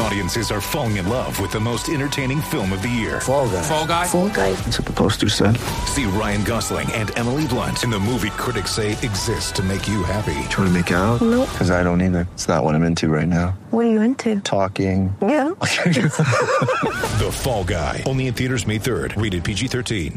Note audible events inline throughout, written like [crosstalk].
Audiences are falling in love with the most entertaining film of the year. Fall guy. Fall guy. Fall guy. That's what the poster said. See Ryan Gosling and Emily Blunt in the movie critics say exists to make you happy. Trying to make it out? No. Because I don't either. It's not what I'm into right now. What are you into? Talking. Yeah. The Fall Guy. Only in theaters May 3rd. Rated PG-13.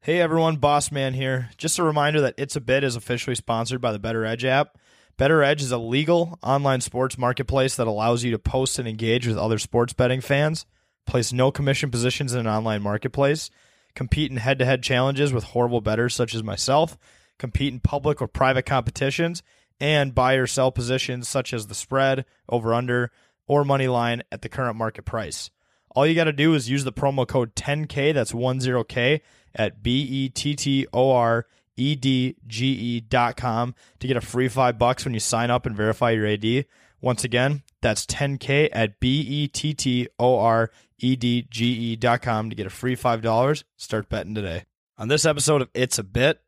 Hey everyone, Boss Man here. Just a reminder that It's a Bit is officially sponsored by the Better Edge app. Better Edge is a legal online sports marketplace that allows you to post and engage with other sports betting fans, place no commission positions in an online marketplace, compete in head to head challenges with horrible bettors such as myself, compete in public or private competitions, and buy or sell positions such as the spread, over under, or money line at the current market price. All you got to do is use the promo code 10K, that's 10K, at B E T T O R E D G E dot com to get a free five bucks when you sign up and verify your AD. Once again, that's 10K at B E T T O R E D G E dot com to get a free $5. Start betting today. On this episode of It's a Bit,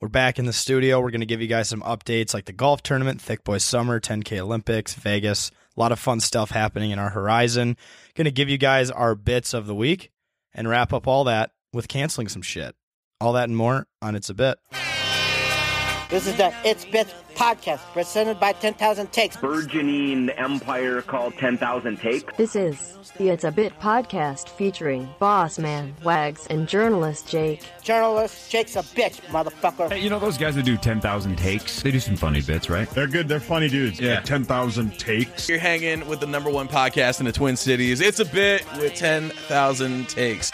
we're back in the studio. We're going to give you guys some updates like the golf tournament, Thick Boy Summer, 10K Olympics, Vegas. A lot of fun stuff happening in our horizon. Going to give you guys our bits of the week and wrap up all that with canceling some shit. All that and more on It's a Bit. This is the It's Bits podcast, presented by 10,000 Takes. burgeoning empire called 10,000 Takes. This is the It's a Bit podcast featuring Boss Man, Wags, and journalist Jake. Journalist Jake's a bitch, motherfucker. Hey, you know those guys that do 10,000 takes? They do some funny bits, right? They're good. They're funny dudes. Yeah. Like 10,000 takes. You're hanging with the number one podcast in the Twin Cities. It's a bit with 10,000 takes.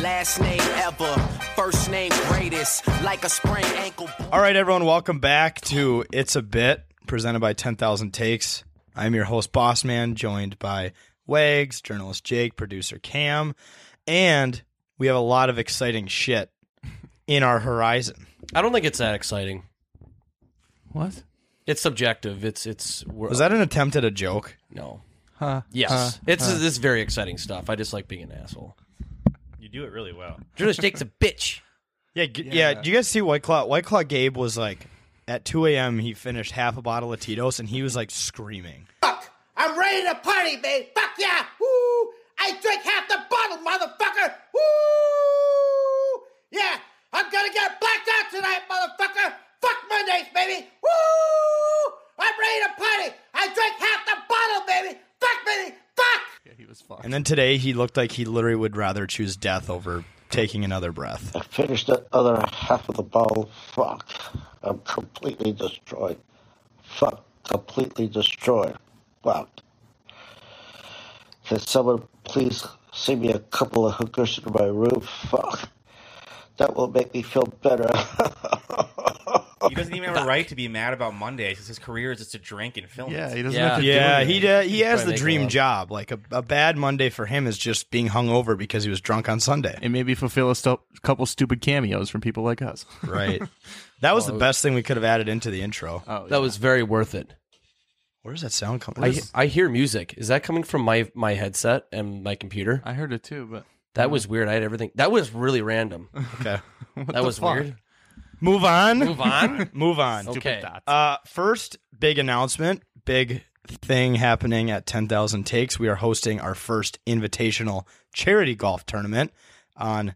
Last name ever, first name greatest, like a sprained ankle. All right, everyone, welcome back to It's a Bit, presented by 10,000 Takes. I'm your host, Boss Man, joined by Wags, journalist Jake, producer Cam, and we have a lot of exciting shit in our horizon. I don't think it's that exciting. What? It's subjective. It's it's we're, Was that an attempt at a joke? no? Huh. Yes, Huh. it's this is very exciting stuff. I just like being an asshole. You do it really well. Jonas Jake's a bitch. Yeah, g- yeah. Do you guys see White Claw? White Claw Gabe was like, at 2 a.m., he finished half a bottle of Tito's and he was like screaming. Fuck! I'm ready to party, babe! Fuck yeah! Woo! I drink half the bottle, motherfucker! Woo! Yeah! I'm gonna get blacked out tonight, motherfucker! Fuck Mondays, baby! Woo! I'm ready to party! I drink half the bottle, baby! Fuck, baby! Fuck! And then today, he looked like he literally would rather choose death over taking another breath. [laughs] Finish the other half of the bottle. Fuck. I'm completely destroyed. Fuck. Completely destroyed. Fuck. Can someone please send me a couple of hookers into my room? Fuck. That will make me feel better. He doesn't even have a right to be mad about Mondays. His career is just to drink and film. Yeah, he doesn't Yeah. have to Yeah, do he da- he He's has probably the making dream love. job. Like a, a bad Monday for him is just being hungover because he was drunk on Sunday. And maybe fulfill a stu- couple stupid cameos from people like us. Right. That was the best thing we could have added into the intro. Oh, That was very worth it. Where does that sound come? I Where's- I hear music. Is that coming from my my headset and my computer? I heard it too, but That was weird. I had everything. That was really [laughs] random. okay. that was weird. Move on. [laughs] Move [laughs] on. Move on. okay. Uh, first big announcement, big thing happening at 10,000 Takes. We are hosting our first invitational charity golf tournament on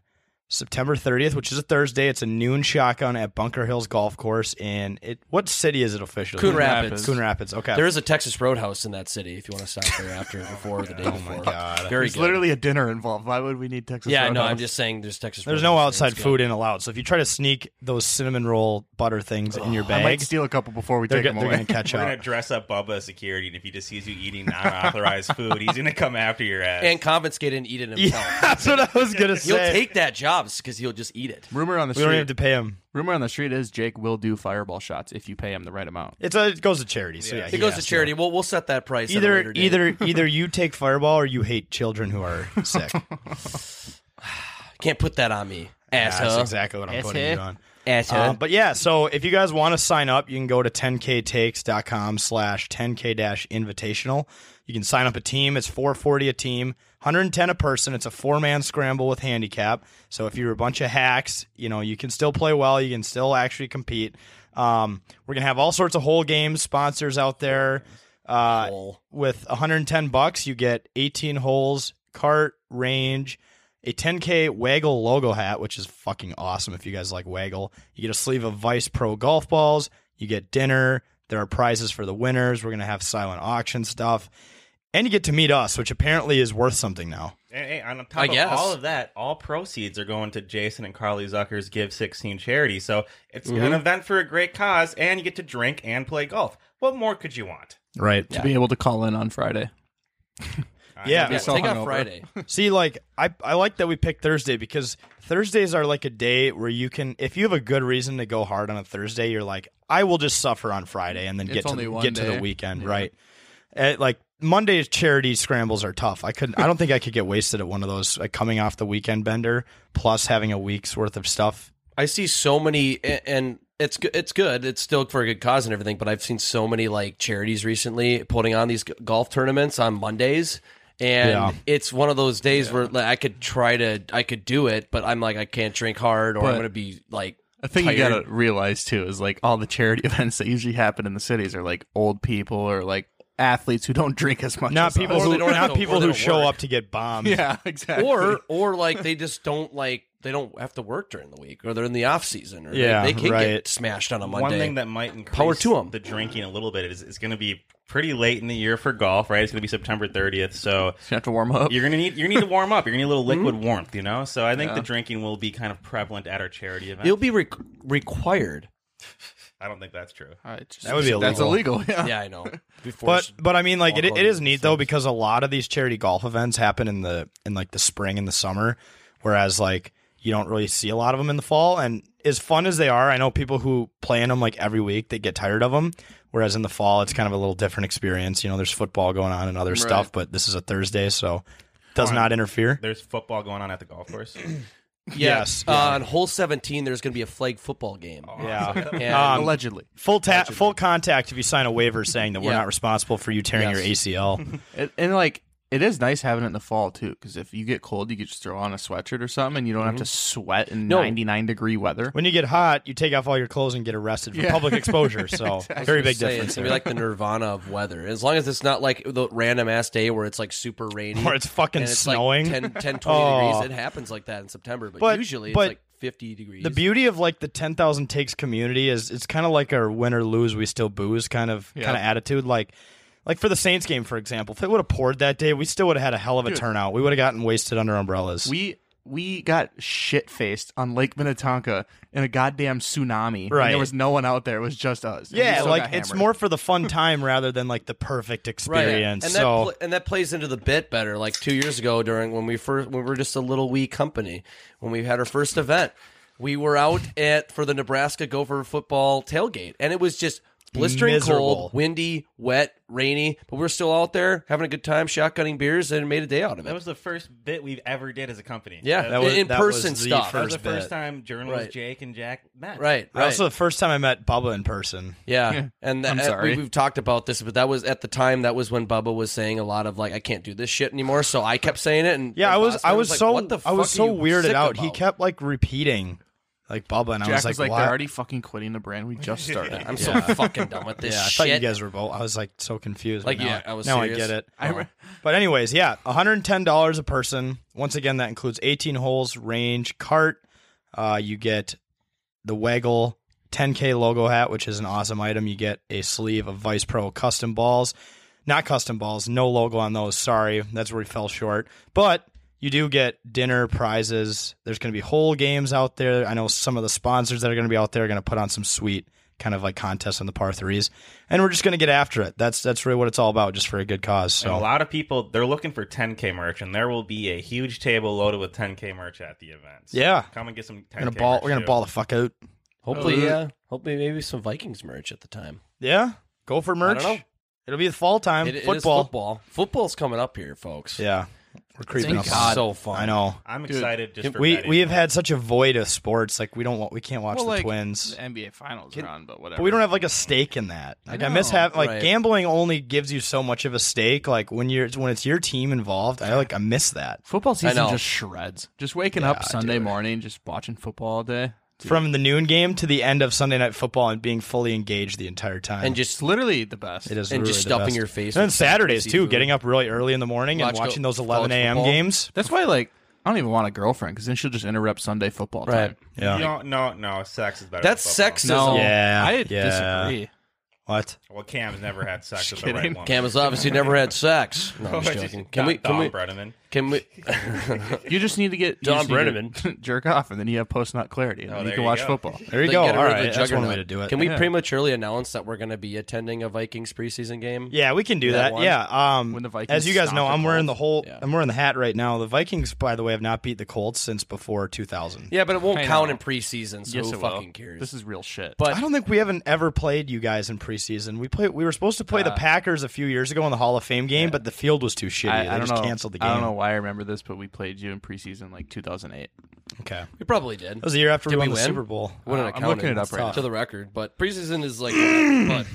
September 30th, which is a Thursday. It's a noon shotgun at Bunker Hills Golf Course in it. What city is it officially? Coon Rapids. Coon Rapids. Okay. There is a Texas Roadhouse in that city. If you want to stop there [laughs] after, before, or the day before. Oh God. Very There's good. literally a dinner involved. Why would we need Texas yeah, no, Roadhouse? I'm just saying there's Texas. There's no Roadhouse. outside food in allowed. So if you try to sneak those cinnamon roll butter things in your I bag, might steal a couple before we they're, take go- them they're away. [laughs] going to [laughs] catch up. dress up Bubba as security, and if he just sees you eating non-authorized food, he's gonna come after your ass. and confiscate it and eat it himself. [laughs] Yeah, that's what I was going to He'll say. take that job because he'll just eat it. Rumor on the we don't street. have to pay him. Rumor on the street is Jake will do fireball shots if you pay him the right amount. It's a, it goes to charity. So yeah, It he goes has to charity. We'll we'll set that price. at a Either later date. [laughs] either either you take fireball or you hate children who are sick. can't put that on me. That's Asshole. exactly what I'm putting you on. Um, but yeah, so if you guys want to sign up, you can go to 10ktakes.com slash 10k dash invitational. You can sign up a team. It's 440 a team, 110 a person. It's a four man scramble with handicap. So if you're a bunch of hacks, you know, you can still play well. You can still actually compete. Um, we're going to have all sorts of whole games, sponsors out there. Uh, with 110 bucks, you get 18 holes, cart, range, a 10k waggle logo hat which is fucking awesome if you guys like waggle you get a sleeve of vice pro golf balls you get dinner there are prizes for the winners we're going to have silent auction stuff and you get to meet us which apparently is worth something now Hey, hey, on top I of guess. all of that, all proceeds are going to Jason and Carly Zucker's Give 16 charity. So it's Mm-hmm. an Mhm. event for a great cause, and you get to drink and play golf. What more could you want? Right. To be able to call in on Friday. yeah Be so hungover. see like I, I like that we picked thursday because thursdays are like a day where you can if you have a good reason to go hard on a thursday you're like i will just suffer on friday and then It's get only to one get to day. the weekend right At, like monday's charity scrambles are tough i could i don't think i could get wasted at one of those like coming off the weekend bender plus having a week's worth of stuff I see so many, a- and it's go- it's good. It's still for a good cause and everything. But I've seen so many like charities recently putting on these g- golf tournaments on Mondays, and Yeah. it's one of those days where like, I could try to I could do it, but I'm like I can't drink hard, or I'm But going to be like. I think you tired. gotta realize too is like all the charity [laughs] events that usually happen in the cities are like old people or like athletes who don't drink as much. not as us. people who not people who show up to get [laughs] bombed Yeah, exactly. Or or like they just don't like they don't have to work during the week, or they're in the off season, or they- Yeah, they, can right. get smashed on a Monday. One thing that might increase power to them. the drinking a little bit is it's going to be pretty late in the year for golf, right? It's going to be September 30th, so you have to warm up. You're going to need you need to warm up. You're going to need a little liquid Mhm. warmth, you know. So I think Yeah. the drinking will be kind of prevalent at our charity event. It'll be re- required. I don't think that's true. That would be illegal. yeah, I [laughs] know. But but I mean, like it, alcohol it is neat though because a lot of these charity golf events happen in the in like the spring and the summer, whereas like you don't really see a lot of them in the fall. And as fun as they are, I know people who play in them like every week they get tired of them. Whereas in the fall, it's kind of a little different experience. You know, there's football going on and other Right. stuff, but this is a Thursday, so does Fine. not interfere. There's football going on at the [clears throat] golf course. yes, uh, on hole seventeen, there's going to be a flag football game. Yeah, And- [laughs] Um, full ta- full contact. If you sign a waiver saying that we're Yeah. not responsible for you tearing your ACL, and, and, like it is nice having it in the fall too, because if you get cold, you could just throw on a sweatshirt or something, and you don't have to Mhm. sweat in No. 99 degree weather. when you get hot, you take off all your clothes and get arrested for Yeah. [laughs] public exposure. So I Exactly. very was big gonna say, difference. It's gonna be there. like the nirvana of weather. As long as it's not like the random ass day where it's like super rainy [laughs] Or it's fucking and it's snowing. [laughs] Like 10, 10 20 Oh. degrees. It happens like that in September, but, But- usually but it's like fifty degrees. The beauty of like the ten thousand takes community is it's kind of like our win or lose we still booze kind of Yeah. kind of attitude. Like like for the Saints game for example, if it would have poured that day, we still would have had a hell of a Dude. turnout. We would have gotten wasted under umbrellas. We we got shit faced on Lake Minnetonka in a goddamn tsunami. and Right. there was no one out there. It was just us. And we yeah, still like got it's hammered. more for [laughs] the fun time rather than like the perfect experience. And so that pl- and that plays into the bit better. Like two years ago, during when we first when we were just a little wee company, when we had our first event, we were out at for the Nebraska Gopher football tailgate, and it was just blistering Miserable. cold, windy, wet, rainy, but we we're still out there having a good time, shotgunning beers, and made a day out of it. That was the first bit we've ever did as a company. Yeah, that that was- in that was person the stuff. that was the first first bit. time journalist Right. Jake and Jack met. Right, That was the first time I met Bubba in person. Yeah. And that, I'm uh, sorry. We, we've talked about this, but that was at the time that was when Bubba was saying a lot of like, I can't do this shit anymore. So I kept saying it. And Yeah, and I was, Boston I was, like, so what the I was fuck are so you weirded sick out. He about? kept like repeating like Bubba, and I Jack was like, "What?" they're already fucking quitting the brand. We just [laughs] started. I'm so [laughs] fucking done with this yeah, I shit. thought you guys were both. I was like so confused. but Like, now yeah, I was Now serious. I get it. Oh. I re- but anyways, yeah, one hundred and ten dollars a person. Once again, that includes eighteen holes, range, cart. Uh, you get the Waggle 10K logo hat, which is an awesome item. You get a sleeve of Vice Pro custom balls, not custom balls, no logo on those. Sorry, that's where we fell short. But you do get dinner prizes. There's going to be whole games out there. I know some of the sponsors that are going to be out there are going to put on some sweet kind of like contests on the par threes, and we're just going to get after it. That's that's really what it's all about, just for a good cause. And a So lot of people they're looking for 10k merch, and there will be a huge table loaded with 10k merch at the event. So yeah, come and get some. 10K We're gonna ball. merch, We're gonna too. ball the fuck out. Hopefully, Ooh. yeah. Hopefully, maybe some Vikings merch at the time. Yeah, go for merch. know. It'll be the fall time. It- it is football. football. Football's coming up here, folks. Yeah. We're creeping Thank up God. on So fun. I know. I'm excited just for we betting. we have had such a void of sports. Like we don't want we can't watch Well, the like, Twins. The NBA Finals are on, but whatever. But we don't have like a stake in that. I Like I, miss know, having like right. gambling only gives you so much of a stake. Like when you're when it's your team involved, I like I miss that. Football season just shreds. Just waking Yeah, up Sunday morning, just watching football all day. from the noon game to the end of Sunday night football and being fully engaged the entire time. And just- It's literally the best. It is And really just the stuffing best. your face And then with stuff you Saturdays see too, through. getting up really early in the morning and Watch go- watching those college 11 a.m. football. games. That's why, like, I don't even want a girlfriend because then she'll just interrupt Sunday football time. No, no, no. Sex is better. That's than sexism. football. No. Yeah, I yeah. disagree. What? Well, Cam's never had sex with the right one. Cam has obviously never had sex. No, [laughs] I'm [laughs] Oh, just just joking. Can we? Don- Can we? Don Brenneman. Can we? You just need to get you Don just need to Brenneman. [laughs] jerk off, and then you have post nut clarity, and Oh, then there you can you watch go. football. There you They go. get rid All of the right, that's one juggernaut. way to do it. Can we Yeah. prematurely announce that we're going to be attending a Vikings preseason game? Yeah, we can do that. one? Yeah. Um, When the Vikings as you guys stomp know, the I'm wearing the Colts. whole. I'm wearing the hat right now. The Vikings, by the way, have not beat the Colts since before 2000. Yeah, but it won't I count know. in preseason, so Yes, who it will. fucking cares? This is real shit. But I don't think we haven't ever played you guys in preseason. We play. We were supposed to play the Uh, Packers a few years ago in the Hall of Fame game, but the field was too shitty. I, they I don't just know. canceled the game. I don't know why I remember this, but we played you in preseason like [laughs] 2008. Okay, We probably did. That was the year after we Did won the win? Super Bowl. Wouldn't Uh, have I'm looking counted it up right now. to the record, but preseason is like. [clears throat] but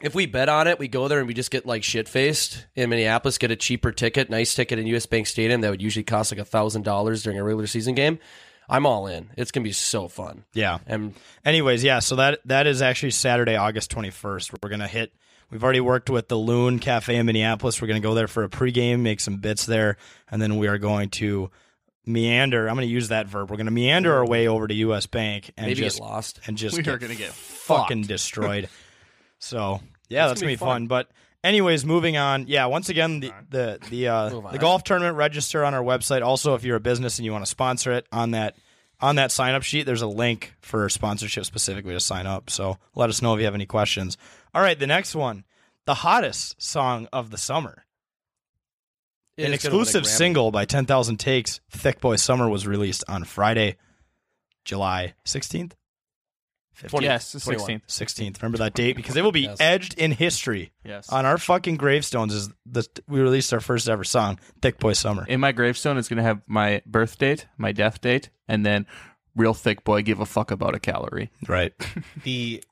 if we bet on it, we go there and we just get like shit faced in Minneapolis. Get a cheaper ticket, nice ticket in U.S. Bank Stadium that would usually cost like a thousand dollars during a regular season game. I'm all in. It's gonna be so fun. Yeah. And anyways, yeah. So that that is actually Saturday, August 21st. We're gonna hit. We've already worked with the Loon Cafe in Minneapolis. We're gonna go there for a pregame, make some bits there, and then we are going to meander. I'm gonna use that verb. We're gonna meander our way over to U.S. Bank and Maybe get just lost. and just We get are gonna [laughs] get fucking fucked. [laughs] destroyed. so yeah, That's that's gonna gonna be be fun. But anyways, moving on. Yeah, once again, the the the uh, the golf tournament register on our website. Also, if you're a business and you want to sponsor it, on that on that sign up sheet, there's a link for sponsorship specifically to sign up. So let us know if you have any questions. All right, the next one, the hottest song of the summer. It An is gonna win a exclusive Grammy. single by 10,000 Takes, Thick Boy Summer, was released on Friday, July 16th. 15th? Yes, the 21st. 16th. Remember that date because it will be Yes. edged in history. Yes. On our fucking gravestones is the we released our first ever song, Thick Boy Summer. In my gravestone, it's gonna have my birth date, my death date, and then real thick boy give a fuck about a calorie. [laughs] Right. the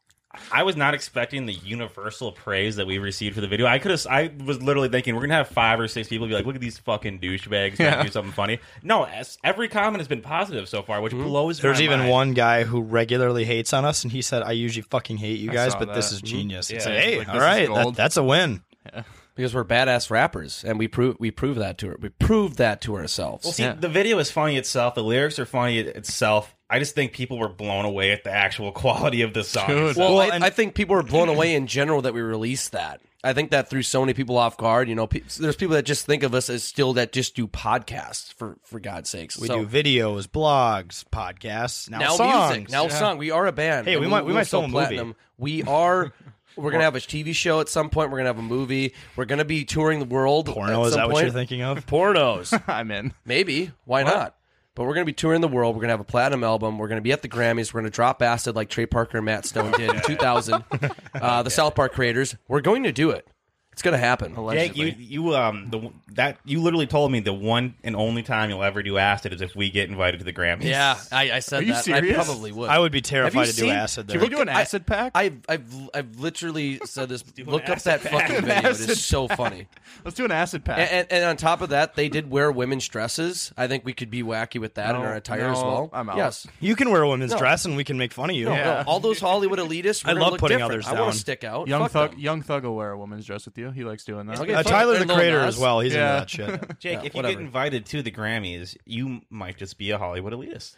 I was not expecting the universal praise that we received for the video. I could have. I was literally thinking we're gonna have five or six people be like, "Look at these fucking douchebags trying Yeah. to do something funny." No, as- every comment has been positive so far, which blows. Hmm. There's my even mind. one guy who regularly hates on us, and he said, "I usually fucking hate you I guys, saw but this that. is Mhm. genius." It's Yeah, like, hey, like, all this is right, that, gold. that's a win. because we're badass rappers and we prove we prove that to her. We prove that to ourselves. Well, see, the video is funny itself. The lyrics are funny itself. I just think people were blown away at the actual [laughs] quality of the song. Well, I, I think people are blown away in general that we released that. I think that threw so many people off guard. You know, pe- there's people that just think of us as still that just do podcasts for for God's sakes. We So, do videos, blogs, podcasts, now, now songs, music, now song. We are a band. Hey, And we might- we will might sell a movie. We are. We're gonna have a TV show at some point. We're gonna have a movie. We're gonna be touring the world. Porno, at is some that what you're point. thinking [laughs] of? Pornos. [laughs] I'm in. Maybe. Why not? But we're going to be touring the world. We're going to have a platinum album. We're going to be at the Grammys. We're going to drop acid like Trey Parker and Matt Stone [laughs] did in 2000. Uh, the South Park creators. We're going to do it. It's going to happen. Jake, you you um the that you literally told me the one and only time you'll ever do acid is if we get invited to the Grammys. Yeah, I, I said that. I probably would. I would be Have terrified you to do seen- acid Can we there. Can do an acid pack? I've, I've, I've literally said this. Look an up that acid pack. fucking An video. It [laughs] acid is so pack. funny. Let's do an acid pack. And, and, and on top of that, they did wear women's dresses. I think we could be wacky with that in No, our attire no, as well. I'm out. Yes. You can wear a women's No. dress, and we can make fun of you. No, no. All those Hollywood elitists. we're I gonna love look putting different. others I down. want to stick out. Young Fuck thug, young thug will wear a woman's dress with you. He likes doing that. Okay, Uh, fuck Tyler, it. the And Lil Creator, Nas. as well. He's into Yeah. that shit. [laughs] Yeah, Jake, if you whatever. get invited to the Grammys, you might just be a Hollywood elitist.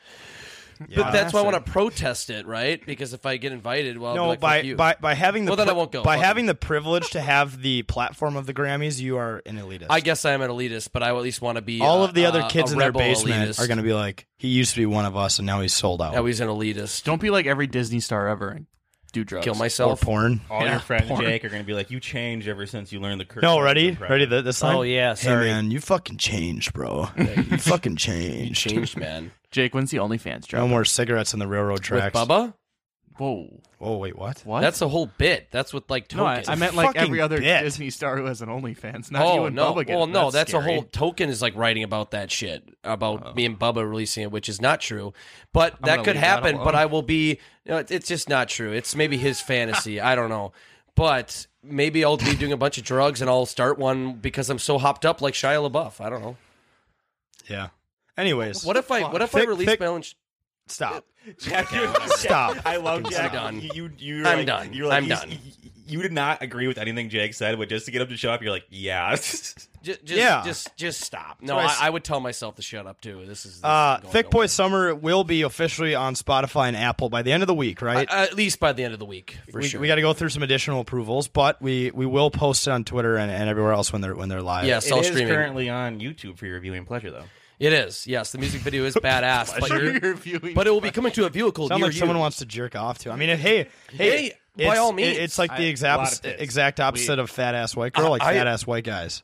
But that's why I want to protest it, right? Because if I get invited, well, I'll be No, like, by, fuck you. by by having the well, then I pri- won't go. by Fuck having the privilege to have the platform of the Grammys, you are an elitist. it. I guess I am an elitist, but I at least want to be. All a- of the other a- kids a in their rebel basement elitist. are going to be like, he used to be one of us, and now he's sold out. Now he's an elitist. Don't be like every Disney star ever and do drugs. Kill myself. Or porn. All Yeah, your friends, porn. Jake, are going to be like, "You changed ever since you learned the curse." No, words ready? in private." Ready th- this time? sorry. Hey, man, you fucking changed, [laughs] bro. you fucking [laughs] changed. changed, man. Jake, when's the OnlyFans drop? No more cigarettes in the railroad [laughs] tracks. Bubba? Whoa. Whoa, wait, what? What? That's a whole bit. That's what like No, I, tokens. I meant like every other Disney star who has an OnlyFans. Not you oh and no! Bubba get well, it. no, that's, a scary. [laughs] whole token is like writing about that shit about me and Bubba releasing it, which is not true. But gonna that could leave that happen. alone. but I will be. you know, it- it's just not true. It's maybe his fantasy. I don't know. But maybe I'll be doing a bunch of drugs and I'll start one because I'm so hopped up like Shia LaBeouf. I don't know. Yeah. Anyways, What if I- what if I release my own? Stop. Jack, Okay. you- Stop. I love I'm Jack. done. You, you, you're I'm like, done. You're like, I'm he's- done. he- You did not agree with anything Jake said, but just to get him to show up, you're like, yeah. [laughs] Just, just, Yeah. just, just stop. That's No, what I I, s- I would tell myself to shut up too. This is, this Uh, is going Thick Boy Summer will be officially on Spotify and Apple by the end of the week, right? nowhere. at least by the end of the week for we, sure. we got to go through some additional approvals, but we, we will post it on Twitter and, and everywhere else when they're when they're live. Yes, all streaming. currently on YouTube for your viewing pleasure, though. It is. Yes, the music video is badass, but, Pleasure. you're- Your viewing but it will be coming to a vehicle Sounds near like someone you. wants to jerk off to. I mean, hey, hey, Hey, by it's- all it- means. it's like I- the a lot exact of tits. exact opposite We- of fat ass white girl, like I- fat ass white guys.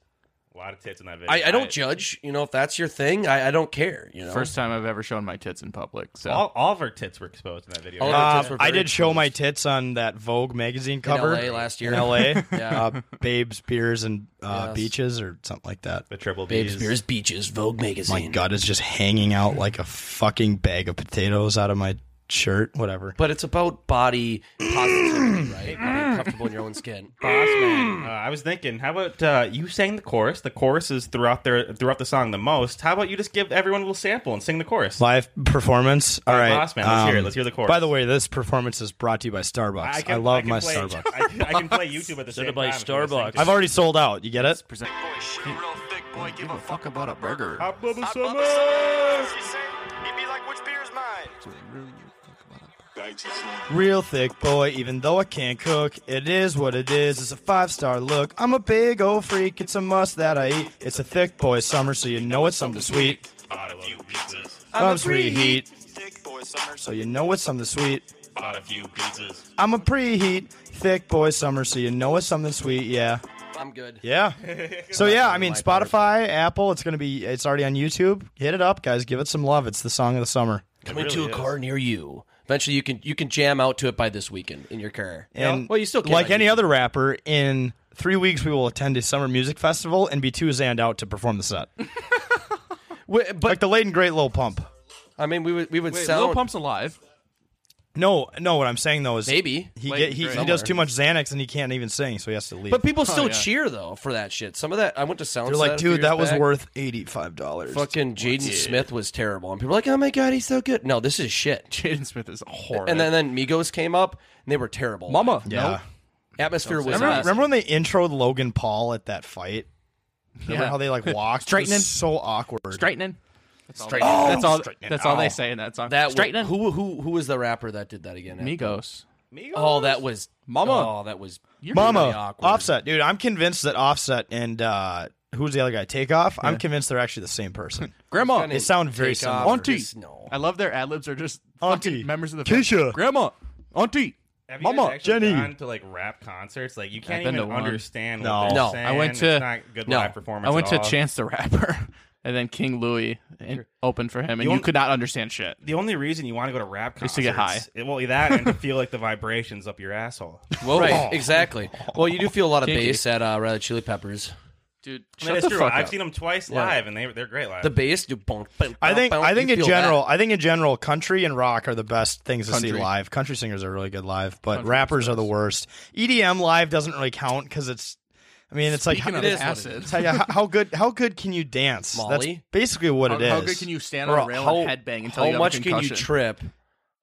A lot of tits in that video. I, I don't judge. You know, if that's your thing, I, I don't care. You know, First time I've ever shown my tits in public. So all, all of our tits were exposed in that video. Uh, Um, I did show my tits on that Vogue magazine cover LA last year. [laughs] In L.A., Yeah. uh, babes, beers, and uh, Yes. beaches, or something like that. The triple Babes, Beers, Beaches, Vogue My magazine. gut is just hanging out like a fucking bag of potatoes out of my shirt. Whatever. But it's about body positivity, right? Being comfortable in your own [laughs] skin. Boss man, uh, I was thinking, how about uh, you sang the chorus? The chorus is throughout their throughout the song the most. How about you just give everyone a little sample and sing the chorus? Live performance. All right, um, Boss Man, let's hear it. Let's hear the chorus. By the way, this performance is brought to you by Starbucks. I, love my play, [laughs] Starbucks. I can, I can play YouTube at the same time. if you wanna sing to I've already sold out. You get it? give a fuck about a burger. Hot Bubba Hot Summer! Bubba Summers! He'd be like, which beer's mine? Real thick boy, even though I can't cook. It is what it is. It's a five star look. I'm a big old freak. It's a must that I eat. It's a thick boy summer, so you know it's something sweet. Some sweet heat. So you know it's something sweet. Bought a few pizzas. I'm a preheat. Thick boy summer, so you know it's something sweet. Yeah. I'm good. [laughs] Yeah. So yeah, I mean Spotify, Apple. It's gonna be. It's already on YouTube. Hit it up, guys. Give it some love. It's the song of the summer. Coming to a car near you. Eventually, you can you can jam out to it by this weekend in your car. And well, you still can like on any YouTube. other rapper, in three weeks we will attend a summer music festival and be too zanned out to perform [laughs] the set. but like the late and great Lil Pump. I mean, we would we would Wait, sound Lil Pump's alive. [laughs] No, no. What I'm saying though is Maybe. he Late get, and he, great. he does Somewhere. too much Xanax and he can't even sing, so he has to leave. But people still cheer. cheer though for that shit. Some of that I went to sound. oh, They're like, dude, that was worth eighty five [laughs] dollars. Fucking Jaden Smith was terrible, and people were like, "Oh my god, he's so good." No, this is shit. Jaden Smith is horrible. And then, then Migos came up, and they were terrible. Mama, Yeah. Nope. atmosphere was. Remember, awesome. remember when they introed Logan Paul at that fight? Remember Yeah. how [laughs] they like walked? It was Straightening. so awkward. Straightening. That's all, Straightening. They, that's all, Straightening. that's all Oh. they say in that song. That was- Straightening. who who who was the rapper that did that again? Migos. Migos. Oh, that was Mama. Oh, that was really Mama, awkward. Offset, dude. I'm convinced that Offset and uh, who's the other guy? Takeoff. I'm convinced they're actually the same person. [laughs] Grandma. They sound very similar. Auntie. I love their ad libs are just auntie members of the Keisha. family. Grandma. Auntie. Have you Mama. guys actually gone to like rap concerts? Like you can't been even to one. understand. No. what they're No. saying. I went to It's not good live performance. I went at to all. Chance the Rapper, [laughs] and then King Louis and opened for him, and You you, don't- could not understand shit. The only reason you want to go to rap Just concerts to get It, well, that and to feel like the vibrations up your asshole. [laughs] Well, right, exactly. Well, you do feel a lot of Kinky. bass at uh, Red Hot Chili Peppers, dude. I mean, it's true. I've seen them twice live, and they they're great live. The bass, do bonk, bonk, I think. bonk, I think you in feel general. I think in general, country and rock are the best things to Country. see live. Country singers are really good live, but Country rappers are the worst. EDM live doesn't really count because it's. I mean, it's Speaking like of It is what acid. it is. it's like, how, how good how good can you dance? That's Molly? basically what How- it is. how good can you stand Or on a rail and headbang how until you have a much can you concussion? trip?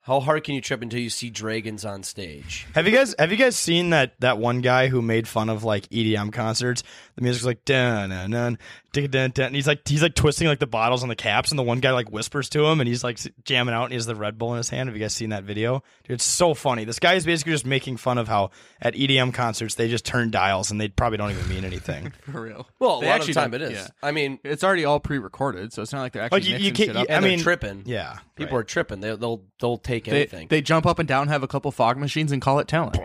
How hard can you trip until you see dragons on stage? Have you guys have you guys seen that that one guy who made fun of like EDM concerts? The music's like dun dun dun dun dun dun. And he's like he's like twisting like the bottles on the caps, and the one guy like whispers to him, and he's like jamming out, and he has the Red Bull in his hand. Have you guys seen that video? Dude, it's so funny. This guy is basically just making fun of how at EDM concerts they just turn dials, and they probably don't even [laughs] mean anything. For real. Well, a They lot of actually the time it don't- is. yeah. I mean, it's already all pre-recorded, so it's not like they're actually Like, you- you mixing can't- shit up. you- and they're tripping. Yeah, people are tripping. They, they'll they'll take They, anything. they jump up and down, have a couple fog machines, and call it talent.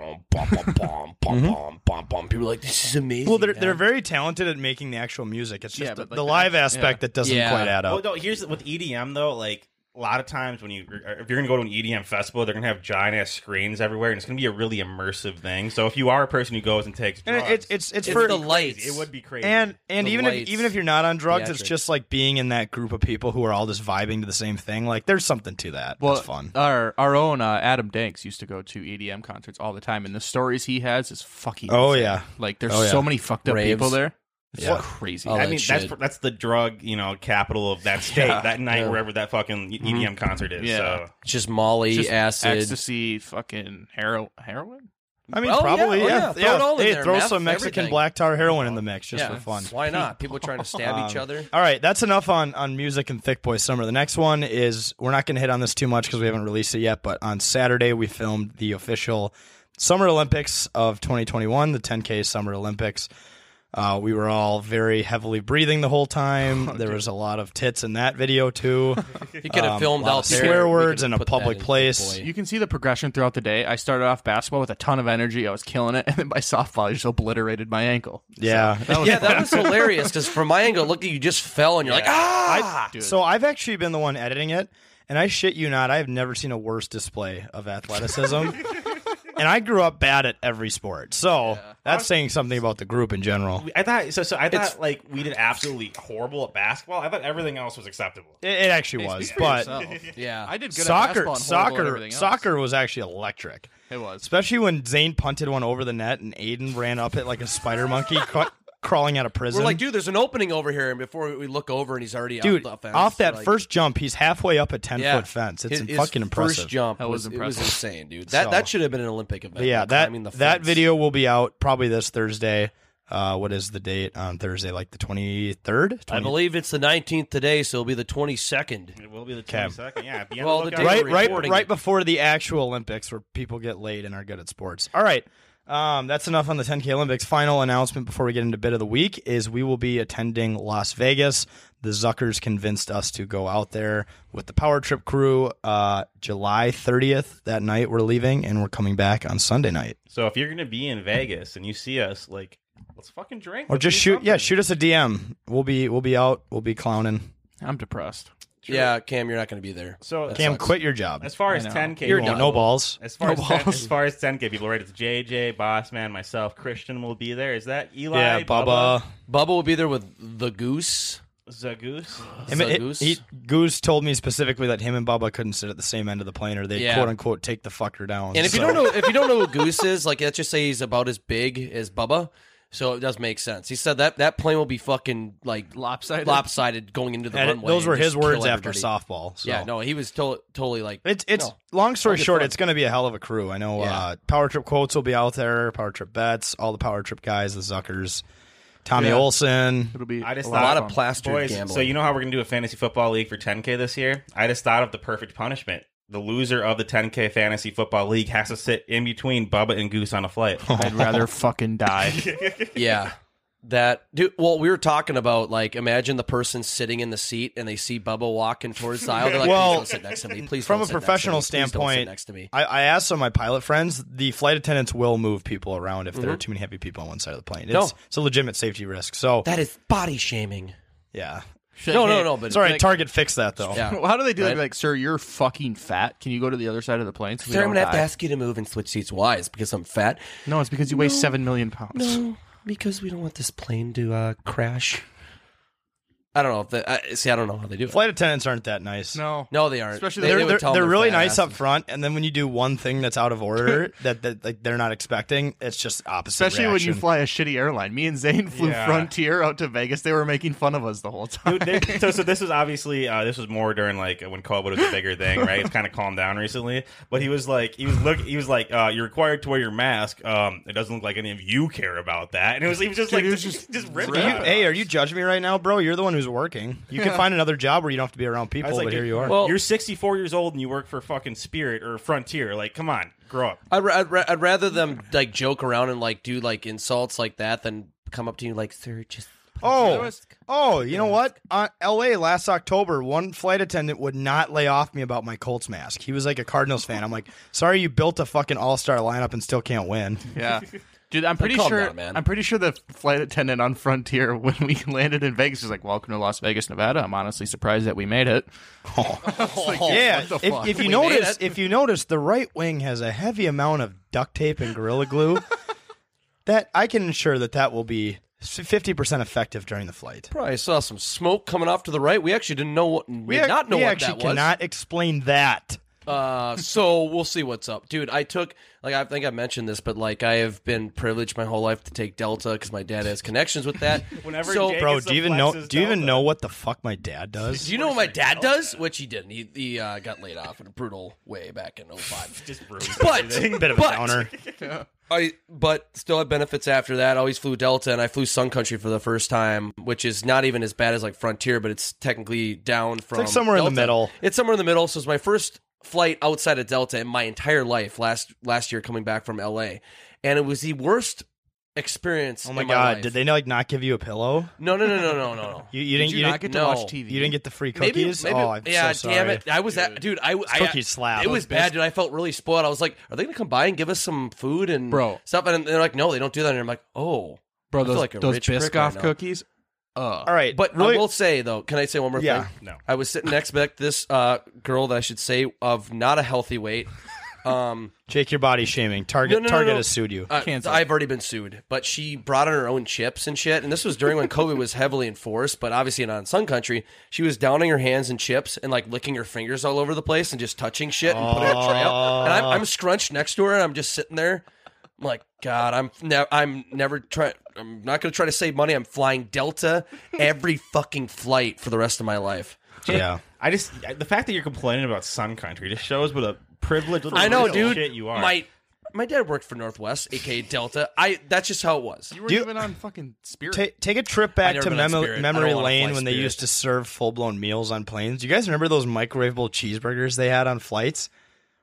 Mm-hmm. People are like, this is amazing. Well, they're they're man." very talented at making the actual music. It's just Yeah, the, but, like, the the live act- aspect yeah. that doesn't Yeah. quite add up. Well, no, here's with EDM E though, like a lot of times when you if you're gonna go to an EDM festival, they're gonna have giant ass screens everywhere, and it's gonna be a really immersive thing. So if you are a person who goes and takes And drugs, it- it's it's it's, for crazy. It would be crazy. And and The even if lights. even if you're not on drugs, it's Theatrics. just like being in that group of people who are all just vibing to the same thing. Like there's something to that. Well, That's fun. Our our own uh, Adam Danks used to go to EDM concerts all the time, and the stories he has is fucking. Oh, insane. yeah. like there's Oh, yeah. so many fucked up Raves. people there. It's Well, crazy. I mean, that's that's the drug you know capital of that state that night wherever that fucking EDM concert is. Yeah. So just Molly, Just acid. ecstasy, fucking hero- heroin. I mean, Oh, yeah. probably Oh, yeah. yeah. Throw it all in hey, there, throw meth, some Mexican everything. black tar heroin in the mix just for fun. Why [laughs] not? People trying to stab each Um, other. All right, that's enough on on music and Thick Boy Summer. The next one is we're not going to hit on this too much because we haven't released it yet. But on Saturday we filmed the official Summer Olympics of 2021, the 10K Summer Olympics. Uh, we were all very heavily breathing the whole time. there was a lot of tits in that video too. You could have Um, filmed a lot out of there. swear We words could in a put that public in Thick place. [laughs] You can see the progression throughout the day. I started off basketball with a ton of energy. I was killing it, [laughs] and then by softball, I just obliterated my ankle. Yeah, yeah, that was hilarious because from my angle, look, you just fell and you're like, ah! I, so I've actually been the one editing it, and I shit you not, I have never seen a worse display of athleticism. and I grew up bad at every sport, so that's saying something about the group in general. I thought so. So I thought It's- like we did absolutely horrible at basketball. I thought everything else was acceptable. It, it actually was, but yeah, I did good at soccer, basketball and horrible at soccer, everything else. soccer was actually electric. It was. especially when Zane punted one over the net and Aiden ran up it like a spider monkey cra- [laughs] crawling out of prison. We're like, dude, there's an opening over here, and before we look over, and he's already Dude, out the fence. off that Like, first jump, he's halfway up a ten yeah. foot fence. It's His- his fucking impressive. First jump That was was, it was impressive. insane, dude. That So- that should have been an Olympic event. But yeah, like that climbing the that fence. video will be out probably this Thursday. Uh, what is the date on Thursday? Like the twenty third? I believe it's the 19th today, so it'll be the 22nd. It will be the Okay. 22nd. Yeah, [laughs] be on well, the the lookout. day right, we're right, recording right it. before the actual Olympics, where people get laid and are good at sports. All right, um, that's enough on the 10K Olympics. Final announcement before we get into bit of the week is we will be attending Las Vegas. The Zuckers convinced us to go out there with the Power Trip crew. Uh, July 30th that night we're leaving and we're coming back on Sunday night. So if you're gonna be in Vegas and you see us, like, let's fucking drink. Or Let's just do shoot, something. yeah, shoot us a DM. We'll be we'll be out. We'll be clowning. I'm depressed. Yeah, Cam, you're not going to be there. So Cam, quit your job. As far as I know. 10k, You're people- done. No balls. As far No as 10, balls. as far as 10k people, right? It's JJ, Bossman, myself, Christian will be there. Is that Eli? Bubba will be there with the goose. Zagoose. Him- it- he- Goose told me specifically that him and Bubba couldn't sit at the same end of the plane, or they Yeah. quote unquote take the fucker down. And if you So- don't know, if you don't know who Goose is, like let's just say he's about as big as Bubba, so it does make sense. He said that that plane will be fucking like lopsided, lopsided going into the [laughs] And runway. those were and just his words kill after everybody. softball, so. Yeah, no, he was to- totally like it's it's no. long story That'll be short, fun. it's going to be a hell of a crew. I know. Yeah. Uh, Power Trip quotes will be out there. Power Trip bets, all the Power Trip guys, the Zuckers, Tommy Yeah. Olson. It'll be I just lot of thought- plastered boys, gambling. So you know how we're gonna do a fantasy football league for 10k this year? I just thought of the perfect punishment. The loser of the 10k fantasy football league has to sit in between Bubba and Goose on a flight. [laughs] I'd rather fucking die. yeah. That dude. Well, we were talking about like imagine the person sitting in the seat and they see Bubba walking towards the aisle. They're like, Well, please don't sit next to me. Please. from don't a sit next to professional me. Please don't sit standpoint, next to me. I, I asked some of my pilot friends. The flight attendants will move people around if there are Mhm. too many heavy people on one side of the plane. It's, No. it's a legitimate safety risk. So That is body shaming. yeah. No, no, no. But sorry, like, Target fixed that though. [laughs] Yeah. Well, how do they do that? Right. Be Like, sir, you're fucking fat. Can you go to the other side of the plane? So we Sir, I'm don't gonna have to die?" ask you to move and switch seats. Why? It's because I'm fat. No, it's because you weigh seven million pounds. No, Mm, because we don't want this plane to uh, crash. I don't know if the I see. I don't know how they do it. Flight attendants aren't that nice. No, No, they aren't. Especially They- the- they're would they're, tell them they're they're really fat nice asses. up front, and then when you do one thing that's out of order [laughs] that, that like they're not expecting, it's just opposite. Especially when you reaction. fly a shitty airline. Me and Zane flew Yeah. Frontier out to Vegas. They were making fun of us the whole time. Dude, they- so, so this was obviously uh, this was more during like when COVID was a bigger thing, right? It's kind of calmed down recently. But he was like, he was look, he was like, uh, you're required to wear your mask. Um, it doesn't look like any of you care about that. And it was he was just Dude, like it was just just Are ripping. you- on hey, us. are you judging me right now, bro? You're the one who's working. You can Yeah. find another job where you don't have to be around I people, was like, but dude, here you are. you're 64 years old and you work for fucking Spirit or Frontier. Like, come on, grow up. [laughs] I'd, ra- I'd, ra- I'd rather them like joke around and like do like insults like that than come up to you like, sir, just Oh, oh, you know what? On L.A. last October, one flight attendant would not lay off me about my Colts mask. [laughs] He was like a Cardinals fan. I'm like, sorry, you built a fucking all star lineup and still can't win. Yeah. Dude, I'm pretty calm sure. down, man. I'm pretty sure the flight attendant on Frontier [laughs] when we landed in Vegas was like, "Welcome to Las Vegas, Nevada." I'm honestly surprised that we made it. yeah, what the if, fuck? if We made you notice, it. if you notice, the right wing has a heavy amount of duct tape and [laughs] gorilla glue. that I can ensure that that will be fifty percent effective during the flight. Probably saw some smoke coming off to the right. We actually didn't know what. We, did ac- not know we what actually that was. cannot explain that. [laughs] Uh, so we'll see what's up, dude. I took like I think I mentioned this, but like I have been privileged my whole life to take Delta because my dad has connections with [laughs] that. Whenever so, Jake Bro, do you even know? Do you even know what the fuck my dad does? Do [laughs] you know what my dad does? Which he didn't. He, he uh, got laid off in a brutal way back in 05. [laughs] Just brutal. But Bit of a but, [laughs] downer. Oh I but still had benefits after that. Always flew Delta and I flew Sun Country for the first time, which is not even as bad as like Frontier, but it's technically down from like somewhere in the Delta. middle. It's somewhere in the middle. So it's my first flight outside of Delta in my entire life last last year coming back from LA. And it was the worst experience. Oh my in god! life. Did they like not give you a pillow? No, no, no, no, no, no, no. You, you didn't you didn't- no. You didn't get the free Maybe- cookies. maybe- oh, I'm yeah, so sorry. damn it! I was that dude. I, I cookies slap. It was Those bad, best- dude. I felt really spoiled. I was like, are they gonna come by and give us some food and Bro. stuff? And they're like, no, they don't do that. And I'm like, oh, Bro, I feel those- like a those rich prick Biscoff right now. cookies? Uh, All right, but really- I will say though, can I say one more Yeah. thing? No. I was sitting next to this uh, girl that I should say of not a healthy weight. Um, Jake, your body shaming. Target Target has [laughs] sued you. Uh, I've already been sued, but she brought in her own chips and shit. And this was during when COVID was heavily enforced, but obviously not in Sun Country. She was downing her hands in chips and like licking her fingers all over the place and just touching shit and putting it on a tray out. And I'm, I'm scrunched next to her and I'm just sitting there. I'm like, God, I'm ne- I'm never trying. I'm not going to try to save money. I'm flying Delta every fucking flight for the rest of my life. Yeah. I just the fact that you're complaining about Sun Country just shows what a privileged little I know, little dude. Shit you are. My my dad worked for Northwest, aka Delta. I that's just how it was. You were even on fucking Spirit. Ta- take a trip I back never to been on memo- Spirit. I memory don't wanna lane fly when they Spirit. used to serve full blown meals on planes. You guys remember those microwavable cheeseburgers they had on flights?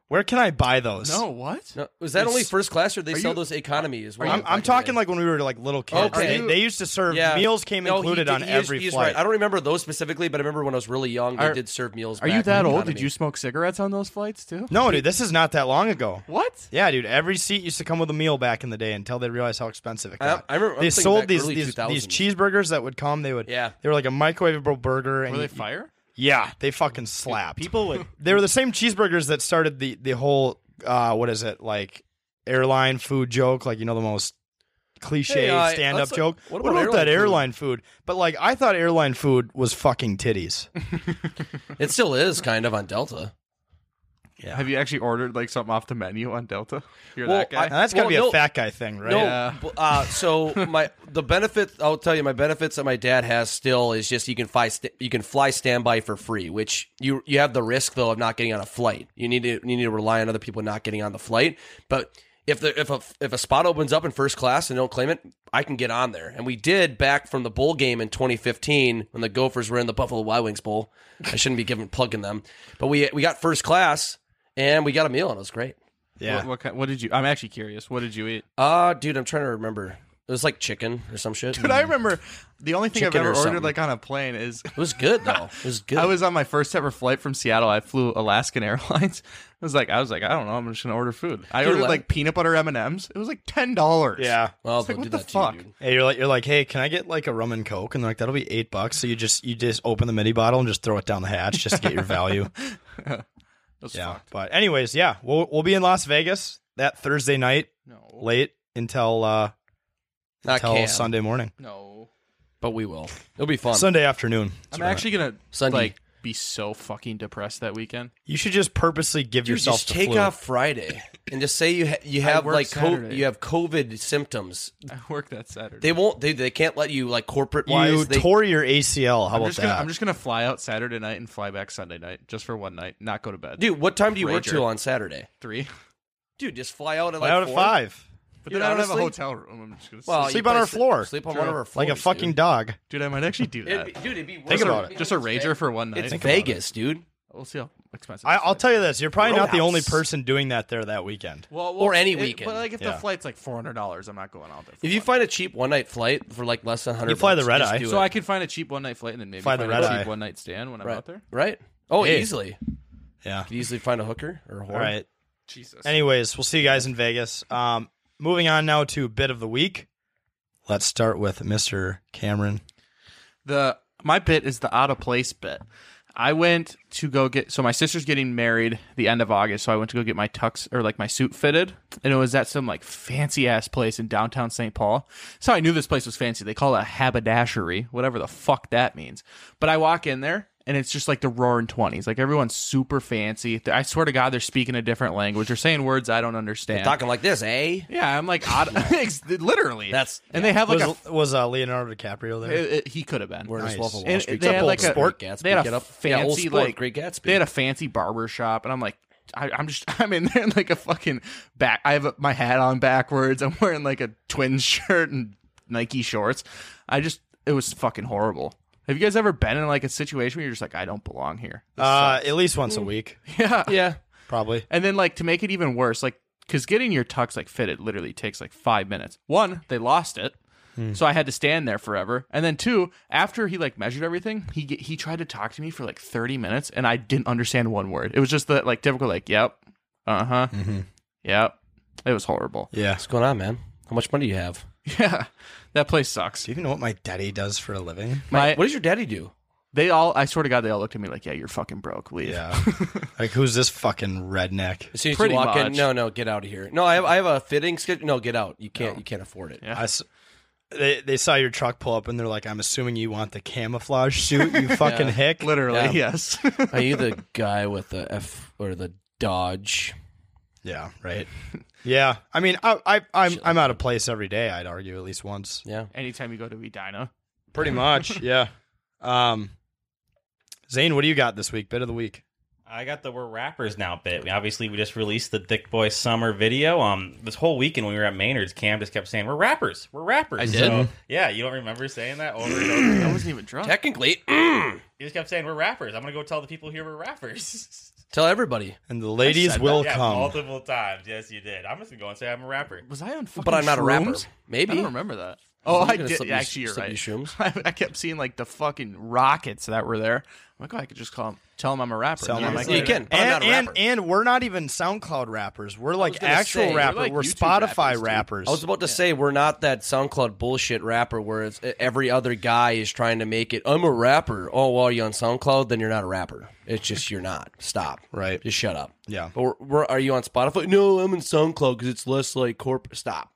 Where can I buy those? No, what? No, was that It's- only first class, or they Are sell you- those economy as well? I'm, I'm talking like when we were like little kids. Okay. They, they used to serve Yeah. meals came No, he included did- on he is- every he is flight. Right. I don't remember those specifically, but I remember when I was really young, they Are- did serve meals. Are you back that in old? Did economy. you smoke cigarettes on those flights too? No, dude, this is not that long ago. What? Yeah, dude, every seat used to come with a meal back in the day until they realized how expensive it I- got. I remember- I'm they thinking sold back these early these, these 2000s. cheeseburgers that would come. They would Yeah. They were like a microwavable burger. And Were they you- fire? Yeah, they fucking slapped. People would. they were the same cheeseburgers that started the the whole uh, what is it like airline food joke like you know the most cliche Hey, uh, stand up let's look- joke what what, about about, that airline airline food but like i thought airline food was [laughs] fucking titties It still is kind of on Delta. Have you actually ordered like something off the menu on Delta? You're Well, that guy. I- Now, that's gotta well, be a no- fat guy thing right No, Yeah. b- uh, so my the benefit I'll tell you my benefits that my dad has still is just you can fly st- you can fly standby for free, which you you have the risk though of not getting on a flight. You need to you need to rely on other people not getting on the flight, but. If the if a if a spot opens up in first class and don't claim it, I can get on there. And we did back from the bowl game in 2015 when the Gophers were in the Buffalo Wild Wings bowl. I shouldn't be giving plugging them, but we we got first class and we got a meal and it was great. yeah What, what, kind, what did you? I'm actually curious. What did you eat? Uh dude, I'm trying to remember. It was like chicken or some shit. But I remember the only thing Chicken I've or ever ordered something. like on a plane is It was good though. It was good. I was on my first ever flight from Seattle. I flew Alaskan [laughs] Airlines. It was like I was like I don't know. I'm just gonna order food. I Dude, ordered la- like peanut butter M and M's. It was like ten dollars. yeah well, It's they'll like what do the that to you, fuck? dude. and you're like you're like hey can i get like a rum and coke and they're like that'll be eight bucks so you just you just open the mini bottle and just throw it down the hatch just to get [laughs] your value That's yeah fucked. but anyways yeah we'll, we'll be in las vegas that thursday night No. late until uh Not until Cam, sunday morning No. but we will. It'll be fun. Sunday afternoon. I'm actually gonna Sunday. like be so fucking depressed that weekend. You should just purposely give Dude, yourself just the take flu. off Friday and just say you ha- you I have work like co- Saturday. you have COVID symptoms. I work that Saturday. They won't. They, they can't let you like corporate wise. You they, tore your ACL. How I'm about just that? gonna I'm just gonna fly out Saturday night and fly back Sunday night just for one night. Not go to bed. dude, what time do you work Rager. till on Saturday? three. [laughs] Dude, just fly out at Fly like out at four? five. But Dude, then I don't have a honestly- hotel room. I'm just gonna Well, sleep. you Sleep on our probably floor. Sleep on one of our floors. Like a fucking dude. dog. dude. I might actually do It'd that. be, dude, it'd be worth Think it. about it. Just a rager for one night. It's Vegas, dude, We'll see how expensive. I, this I'll is. tell you this: you're probably not the Roadhouse. only person doing that there that weekend. Well, or any it- weekend. But like, if the Yeah. flight's like four hundred dollars, I'm not going out there. for If you one find a cheap one night flight for like less than hundred, You fly the red eye. night. so I can find a cheap one night flight and then maybe Fly the find red a cheap eye. one night stand when I'm right, out there. right? Oh, Hey. easily. Yeah. Could easily find a hooker or a whore. All right. Jesus. Anyways, we'll see you guys in Vegas. Um, Moving on now to bit of the week. Let's start with Mr. Cameron. The my bit is the out of place bit. I went to go get so my sister's getting married the end of August, so I went to go get my tux or like my suit fitted, and it was at some like fancy ass place in downtown St. Paul. So I knew this place was fancy. They call it a haberdashery, whatever the fuck that means. But I walk in there and it's just like the roaring twenties. Like everyone's super fancy. I swear to God, they're speaking a different language. They're saying words I don't understand. Talking like this, eh? Yeah, I'm like odd, [laughs] literally. That's and they have like was, a was uh, Leonardo DiCaprio there? it- it- he could have been. We're Nice. just Wolf of Wall And Street. they Up had old like a sport, they had a get up. yeah, old fancy sport, like Great Gatsby. They had a fancy barber shop, and I'm like, I, I'm just [laughs] I'm in there in like a fucking back. I have a, my hat on backwards. I'm wearing like a twin shirt and Nike shorts. I just it was fucking horrible. Have you guys ever been in like a situation where you're just like, I don't belong here? [laughs] This Uh, sucks. at least once a week, yeah, yeah, probably. And then like to make it even worse, like because getting your tux like fitted literally takes like five minutes. One, they lost it, Hmm. so I had to stand there forever. And then two, after he like measured everything, he ge- he tried to talk to me for like thirty minutes, and I didn't understand one word. It was just the like typical like, yep, uh huh, Mm-hmm. yep. It was horrible. [laughs] Yeah. What's going on, man? How much money do you have? Yeah, that place sucks. Do you even know what my daddy does for a living? My, what does your daddy do? They all, I swear to God, they all looked at me like, yeah, you're fucking broke. Leave. Yeah. like, who's this fucking redneck? As soon as Pretty you walk in, much. no, no, get out of here. No, I have, I have a fitting schedule. No, get out. You can't, you can't afford it. I s- they, they saw your truck pull up and they're like, I'm assuming you want the camouflage suit, you fucking Yeah. [laughs] hick. Literally, Yeah. yes. [laughs] [laughs] Are you the guy with the F or the Dodge? Yeah, right. Yeah. I mean, I, I, I'm, I'm out of place every day, I'd argue, at least once. Yeah. Anytime you go to Edina. Pretty [laughs] much. yeah. Um, Zane, what do you got this week? Bit of the week. I got the we're rappers now bit. We obviously we just released the Dick Boy Summer video. Um, this whole weekend when we were at Maynard's, Cam just kept saying we're rappers, we're rappers. I So, did. Mm-hmm. yeah, you don't remember saying that over and over. I wasn't even drunk. Technically, [clears throat] You just kept saying we're rappers. I'm gonna go tell the people here we're rappers. [laughs] tell everybody. And the ladies will yeah, come. multiple times. Yes, you did. I'm just gonna go and say I'm a rapper. Was I on fucking But I'm not a rapper. shrooms? Maybe. I don't remember that. Oh, I'm I gonna did. slip you- Actually, you're slip you right. shrooms. [laughs] I, I kept seeing like the fucking rockets that were there. I'm like, oh, I could just call him, tell him I'm a rapper. Tell And them I'm I'm like, You can. but I'm And, not a and rapper. and we're not even SoundCloud rappers. We're like gonna actual say, we're rapper. like we're YouTube Spotify rappers, dude. rappers. I was about to say we're not that SoundCloud bullshit rapper where it's e, every other guy is trying to make it. I'm a rapper. Oh, well, you on SoundCloud? Then you're not a rapper. It's just you're not. Stop. Right. Just shut up. Yeah. But we're, we're, are you on Spotify? No, I'm in SoundCloud because it's less like corporate. Stop.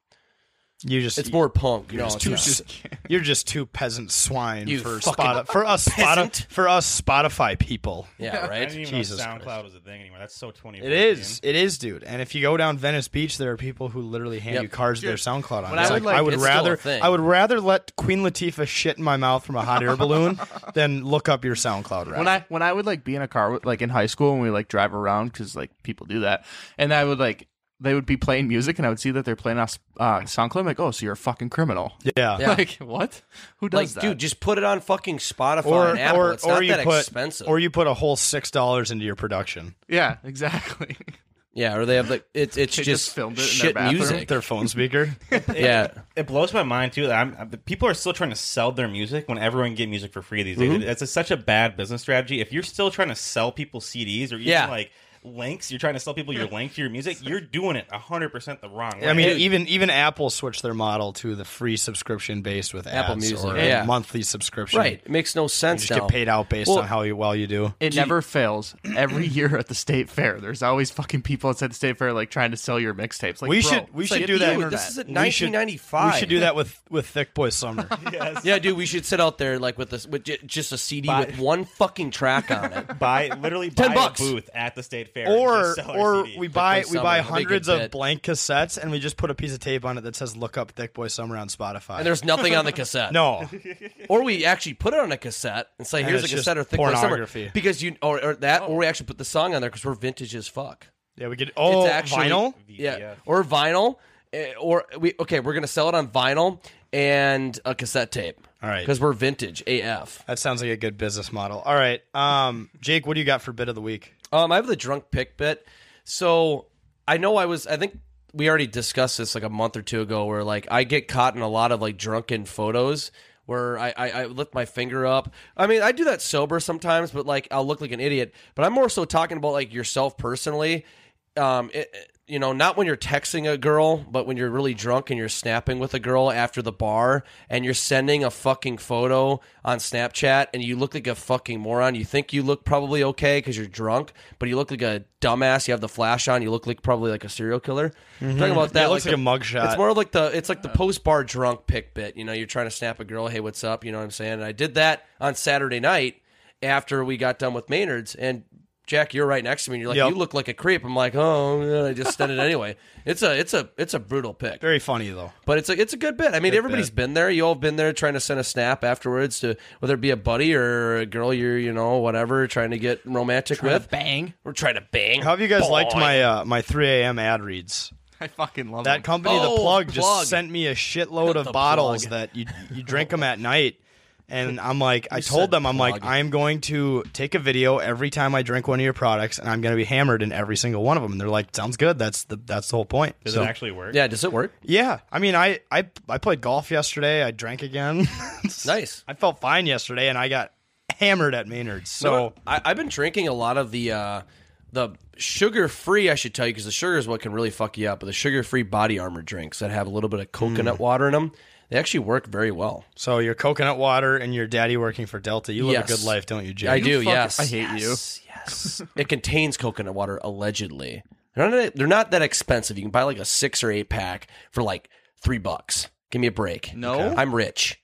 You just It's more punk. No, just it's too, not. [laughs] you're just too peasant swine You for fucking Spotify for us Spotify peasant. for us Spotify people. [laughs] yeah, I right. didn't even know Jesus SoundCloud Christ. was a thing anymore. That's so 20. It is. It is, dude. And if you go down Venice Beach, there are people who literally hand Yep. you cards with their SoundCloud on. When I It's would, like, I like- would it's still a rather thing. I would rather let Queen Latifah shit in my mouth from a hot air balloon than look up your SoundCloud rap. when I when I would like be in a car with, like in high school and we like drive around because like people do that, and I would like they would be playing music and I would see that they're playing off uh, SoundCloud. I'm like, oh, so you're a fucking criminal. yeah. Yeah. [laughs] Like what? Who Like, does that? dude, just put it on fucking Spotify and Apple. it's not that expensive. or you put a whole six dollars into your production. yeah, exactly. [laughs] yeah, or they have like it's it's They just, just filmed it in their shit bathroom. music. Their phone speaker. [laughs] Yeah, It blows my mind too that I'm, uh, the people are still trying to sell their music when everyone can get music for free these days. Mm-hmm. It's a- such a bad business strategy. If you're still trying to sell people CDs or even Yeah. like links, you're trying to sell [laughs] people your link to your music. You're doing it 100 percent the wrong way. I mean, even even Apple switched their model to the free subscription based with Apple ads Music, or yeah. a monthly subscription. right. It makes no You sense. just now. get paid out based Well, on how you, well you do. It never fails. Every year at the state fair, there's always fucking people outside the state fair like trying to sell your mixtapes. Like we bro, should we it's should like do the that. internet. This is at We should- 1995. We should do that with with Thick Boy [laughs] Summer. Yeah, dude, we should sit out there like with this, with j- just a CD Buy- with one fucking track on it. [laughs] [laughs] buy literally 10 buy bucks. a booth at the state fair [laughs] and or just sell our or CD. we buy Boy we buy Summer, that'd be a good hundreds of bit. blank cassettes and we just put a piece of tape on it that says "Look up Thick Boy Summer" on Spotify. And there's nothing on the cassette. [laughs] no, Or we actually put it on a cassette and say, And here's a it's just cassette or thick Boy Summer." pornography. Because you, or, or that, or we actually put the song on there because we're vintage as fuck. yeah, we could oh it's actually, vinyl. Yeah. Or vinyl. eh, Or we, okay, we're going to sell it on vinyl and a cassette tape. All right. Because we're vintage AF. That sounds like a good business model. All right, um, Jake, what do you got for bit of the week? Um, I have the drunk pick bit. So I know I was. I think we already discussed this like a month or two ago, where like I get caught in a lot of like drunken photos where I, I, I lift my finger up. I mean, I do that sober sometimes, but like I'll look like an idiot. But I'm more so talking about like yourself personally. Um, it, it- you know, not when you're texting a girl, but when you're really drunk and you're snapping with a girl after the bar and you're sending a fucking photo on Snapchat and you look like a fucking moron. You think you look probably okay because you're drunk, but you look like a dumbass. You have the flash on. You look like probably like a serial killer. I'm Mhm. Talking about that, Yeah, it looks like a the- mugshot. It's more like the it's like the post bar drunk pick bit. You know, you're trying to snap a girl. Hey, what's up? You know what I'm saying? And I did that on Saturday night after we got done with Maynard's and. Jack, you're right next to me. And you're like, Yep. you look like a creep. I'm like, oh, yeah, I just sent it [laughs] anyway. It's a, it's a, it's a brutal pick. Very funny though. But it's a, it's a good bit. I mean, Good everybody's bit. been there. You all have been there trying to send a snap afterwards to whether it be a buddy or a girl you're, you know, whatever, trying to get romantic Trying to with. bang. We're trying to bang. How have you guys liked Boy. my uh, my 3 a.m. ad reads? I fucking love That them. company, Oh, the plug, Plug. just sent me a shitload of bottles that you [laughs] you drink them at night. And I'm like, I told said them, I'm like, I'm going to take a video every time I drink one of your products, and I'm going to be hammered in every single one of them. And they're like, sounds good. That's the that's the whole point. Does So- it actually work? Yeah, does it work? Yeah, I mean, I I I played golf yesterday. I drank again. [laughs] nice. I felt fine yesterday, and I got hammered at Maynard's. So No, I, I've been drinking a lot of the uh, the sugar free. I should tell you because the sugar is what can really fuck you up. But the sugar free body armor drinks that have a little bit of coconut Mm. water in them, they actually work very well. so your coconut water and your daddy working for Delta. You live Yes. a good life, don't you, Jim? I do. yes, Yes. you. Yes, it contains coconut water allegedly. They're not, they're not that expensive. You can buy like a six or eight pack for like three bucks. Give me a break. No. I'm rich.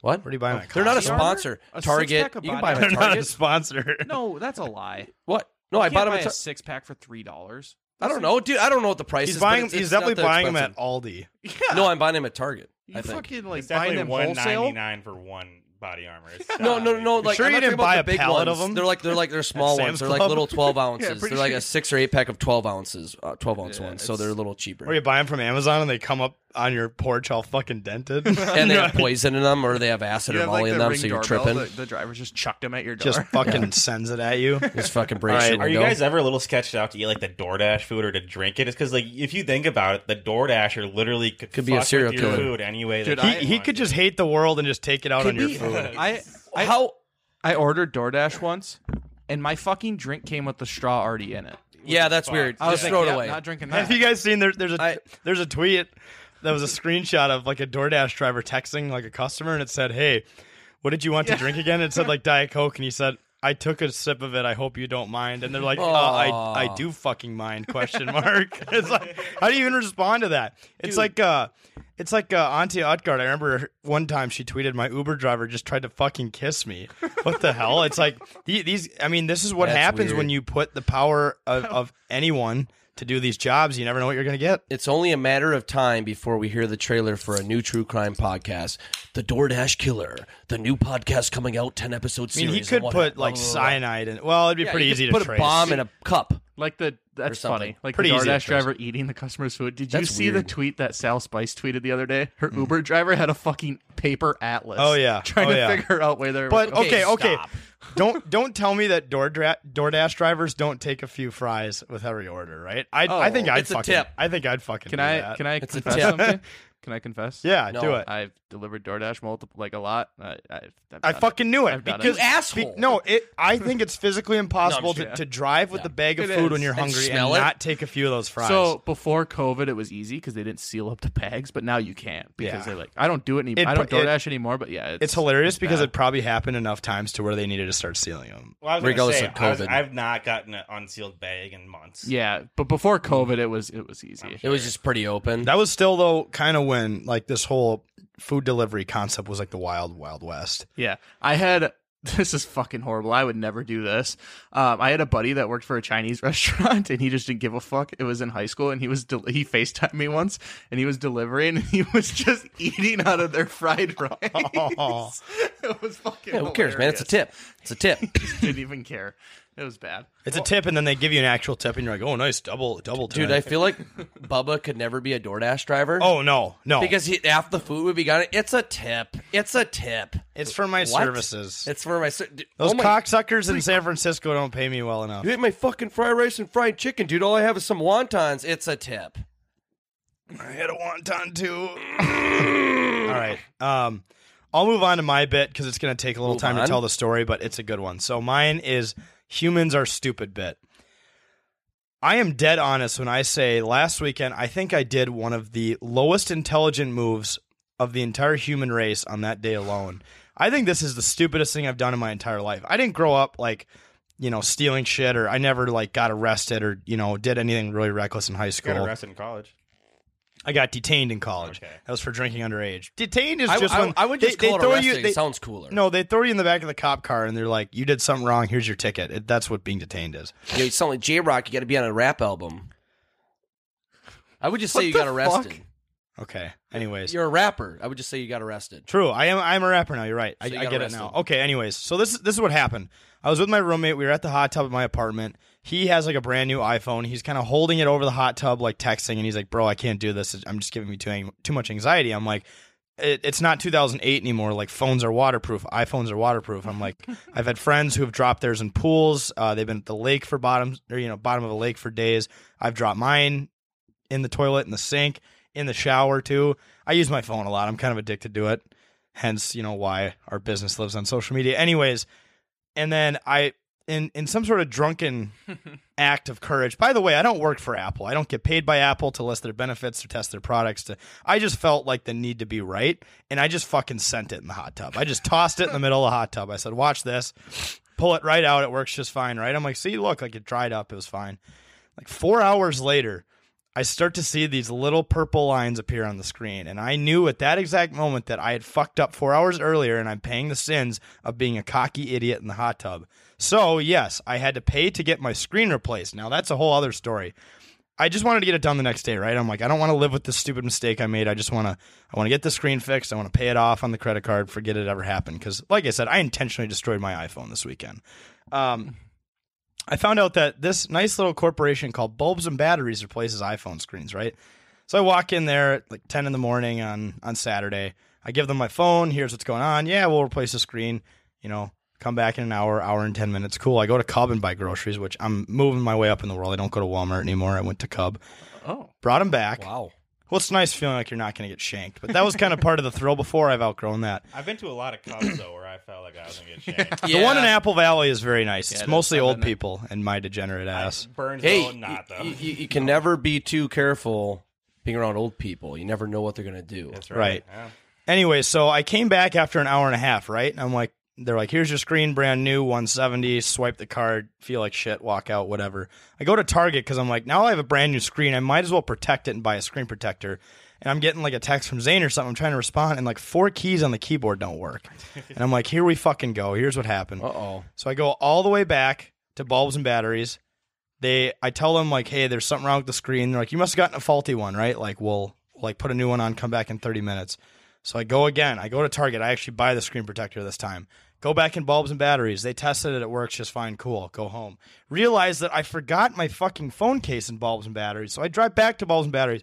What? Where do you buy them? They're not a Body Armor? sponsor. A Target. six-pack of You can buy Body them Armor. at They're not a [laughs] Target. sponsor. [laughs] No, that's a [laughs] lie. What? No, You I can't bought them buy at a Tar- six pack for three dollars. I don't know, dude. I don't know what the price He's is. buying- but it's- he's it's not definitely that buying 'em at expensive. Aldi. No, I'm buying them at Target. I You think. fucking like It's buying definitely them one ninety wholesale. nine for one body armor. It's [laughs] No, no, no. like- Like, sure I'm you not didn't talking about buy the a big pallet ones. of 'em? They're like they're like [laughs] they're small ones. Sam's They're like Club? little twelve [laughs] Yeah, ounces. pretty they're like sure. a six or eight pack of twelve ounces, uh, twelve ounce ones. So they're a little cheaper. Or you buy them from Amazon and they come up on your porch all fucking [laughs] dented. [laughs] And they have poison in them, or they have acid You or have like molly in the them, ring so you're doorbell tripping. that The driver's just chucked them at your door. Just [laughs] fucking sends it at you. [laughs] Just fucking All breaks right, your Are you window. guys ever a little sketched out to eat like the DoorDash food or to drink it? It's because like if you think about it, the DoorDasher literally could, Could be a fuck with serial your killer. Food anyway. Dude, that he they he want. could just hate the world and just take it out Could on your be- [laughs] food. [laughs] I, I how I ordered DoorDash once, and my fucking drink came with the straw already in it. yeah, that's weird. I was Just like, throw it yeah, away. Not drinking that. Have you guys seen there, there's a I- there's a tweet that was a screenshot of like a DoorDash driver texting like a customer and it said, "Hey, what did you want to drink again?" It said like Diet Coke and he said, "I took a sip of it. I hope you don't mind." And they're like, uh, "I Aw. I do fucking mind?" Question mark. [laughs] it's like how do you even respond to that? It's like uh it's like uh, Auntie Utgard. I remember one time she tweeted, "My Uber driver just tried to fucking kiss [laughs] me." What the hell? It's like the- these. I mean, this is what That's happens when weird. you put the power of, of anyone to do these jobs. You never know what you're going to get. It's only a matter of time before we hear the trailer for a new true crime podcast, The DoorDash Killer, the new podcast coming out, ten episode I mean, series. he could and put whatnot. like cyanide in. Well, it'd be Yeah, pretty you easy could to put trace. a bomb [laughs] in a cup. Like the that's something. funny. Like Pretty the easy to DoorDash trace. driver eating the customer's food. Did you That's see weird. the tweet that Sal Spice tweeted the other day? Her Uber driver had a fucking paper atlas. Hmm. Oh, yeah. [laughs] trying Oh, to yeah. figure out where they were. But going. okay, okay. [laughs] don't don't tell me that Door dra- DoorDash drivers don't take a few fries with every order, right? I I Oh, think I'd it's a fucking tip. I think I'd fucking Can do I that. can I It's a confess tip. [laughs] something? Can I confess? Yeah, No. do it. I've delivered DoorDash multiple like a lot. I I, I've I done fucking knew it I've done because it. You asshole. be- no, it. I think it's [laughs] physically impossible just- to, to drive with Yeah. a bag of It food is. when you're And hungry and, smell it. not take a few of those fries. So before COVID, it was easy because they didn't seal up the bags, but now you can't because Yeah. they're like, I don't do it anymore. It I don't pr- it- DoorDash anymore. But yeah, it's, it's hilarious because bad. it probably happened enough times to where they needed to start sealing them. Well, I was gonna Regardless say, of I was- COVID. I've not gotten an unsealed bag in months. yeah. But before COVID, it was it was easy. It was just pretty open. That was still though kind of when like this whole food delivery concept was like the wild wild west. Yeah, I had [laughs] this is fucking horrible. I would never do this. Um, I had a buddy that worked for a Chinese [laughs] restaurant, and he just didn't give a fuck. It was in high school, and he was del- he Facetimed me once, and he was delivering, and he [laughs] was just eating out of their fried rice. [laughs] Oh. it was fucking. Yeah, who cares, man? It's a tip. It's a tip. [laughs] hilarious. Didn't even care. It was bad. It's a tip, and then they give you an actual tip, and you're like, "Oh, nice, double, double." Dude, I tonight." feel like Bubba could never be a DoorDash driver. oh no, no, Because he, half the food would be gone. It's a tip. It's a tip. it's for my What? services. It's for my. Ser- dude, Those oh my- cocksuckers in San Francisco don't pay me well enough. You ate my fucking fried rice and fried chicken, dude. All I have is some wontons. It's a tip. I had a wonton too. All right. Um, I'll move on to my bit because it's going to take a little Move time on. to tell the story, but it's a good one. So mine is humans are stupid bit. I am dead honest when I say last weekend I think I did one of the lowest intelligent moves of the entire human race on that day alone. I think this is the stupidest thing I've done in my entire life. I didn't grow up like, you know, stealing shit or I never like got arrested or, you know, did anything really reckless in high You school. got arrested in college. I got detained in college. That was for drinking underage. Detained is I- just I- when I would just call it arresting. Sounds cooler. No, they throw you in the back of the cop car and they're like, "You did something wrong. Here's your ticket." It, that's what being detained is. You know, you sound like J Rock. You got to be on a rap album. I would just say What you got the arrested. Okay. Anyways, You're a rapper. I would just say you got arrested. True. I am. I am a rapper now. You're right. I, So you I got get arrested. it now. Okay. Anyways, so this is this is what happened. I was with my roommate. We were at the hot tub at my apartment. He has like a brand new iPhone. He's kind of holding it over the hot tub, like texting, and he's like, "Bro, I can't do this. I'm just giving me too ang- too much anxiety." I'm like. It, it's not 2008 anymore. Like phones are waterproof. iPhones are waterproof. [laughs] I'm like, I've had friends who have dropped theirs in pools. Uh, they've been at the lake for bottoms, or you know, bottom of a lake for days. I've dropped mine in the toilet, in the sink, in the shower too. I use my phone a lot. I'm kind of addicted to it. Hence, you know why our business lives on social media. Anyways, and then I in in some sort of drunken act of courage. By the way, I don't work for Apple. I don't get paid by Apple to list their benefits or test their products to I just felt like the need to be right and I just fucking sent it in the hot tub. I just tossed it in the middle of the hot tub. I said, "Watch this. Pull it right out. It works just fine, right?" I'm like, "See, look, like it dried up. It was fine." Like 4 hours later, I start to see these little purple lines appear on the screen. And I knew at that exact moment that I had fucked up four hours earlier and I'm paying the sins of being a cocky idiot in the hot tub. So, yes, I had to pay to get my screen replaced. Now, that's a whole other story. I just wanted to get it done the next day, right? I'm like, I don't want to live with this stupid mistake I made. I just want to, I want to get the screen fixed. I want to pay it off on the credit card. Forget it ever happened. Because, like I said, I intentionally destroyed my iPhone this weekend. Um, I found out that this nice little corporation called Bulbs and Batteries replaces iPhone screens, right? So I walk in there at like 10 in the morning on, on Saturday. I give them my phone. Here's what's going on. Yeah, we'll replace the screen. You know, come back in an hour, hour and 10 minutes. Cool. I go to Cub and buy groceries, which I'm moving my way up in the world. I don't go to Walmart anymore. I went to Cub. Oh. Brought them back. Wow. Well, it's nice feeling like you're not going to get shanked, but that was kind of part of the thrill before. I've outgrown that. I've been to a lot of clubs though where I felt like I was gonna get shanked. The one in Apple Valley is very nice. Yeah, it's it is. mostly old people and my degenerate ass. Burnsville, Hey, not though. you, you, you can never be too careful being around old people. You never know what they're going to do. That's Right. Anyway, so I came back after an hour and a half, right? And I'm like, they're like, here's your screen, brand new, 170. Swipe the card, feel like shit, walk out, whatever. I go to Target because I'm like, now I have a brand new screen. I might as well protect it and buy a screen protector. And I'm getting like a text from Zane or something. I'm trying to respond, and like four keys on the keyboard don't work. And I'm like, here we fucking go. Here's what happened. Uh oh. So I go all the way back to bulbs and batteries. They, I tell them like, hey, there's something wrong with the screen. They're like, you must have gotten a faulty one, right? Like, we'll like put a new one on, come back in 30 minutes. So I go again. I go to Target. I actually buy the screen protector this time. Go back in bulbs and batteries. They tested it. It works just fine. Cool. Go home. Realize that I forgot my fucking phone case in bulbs and batteries. So I drive back to bulbs and batteries.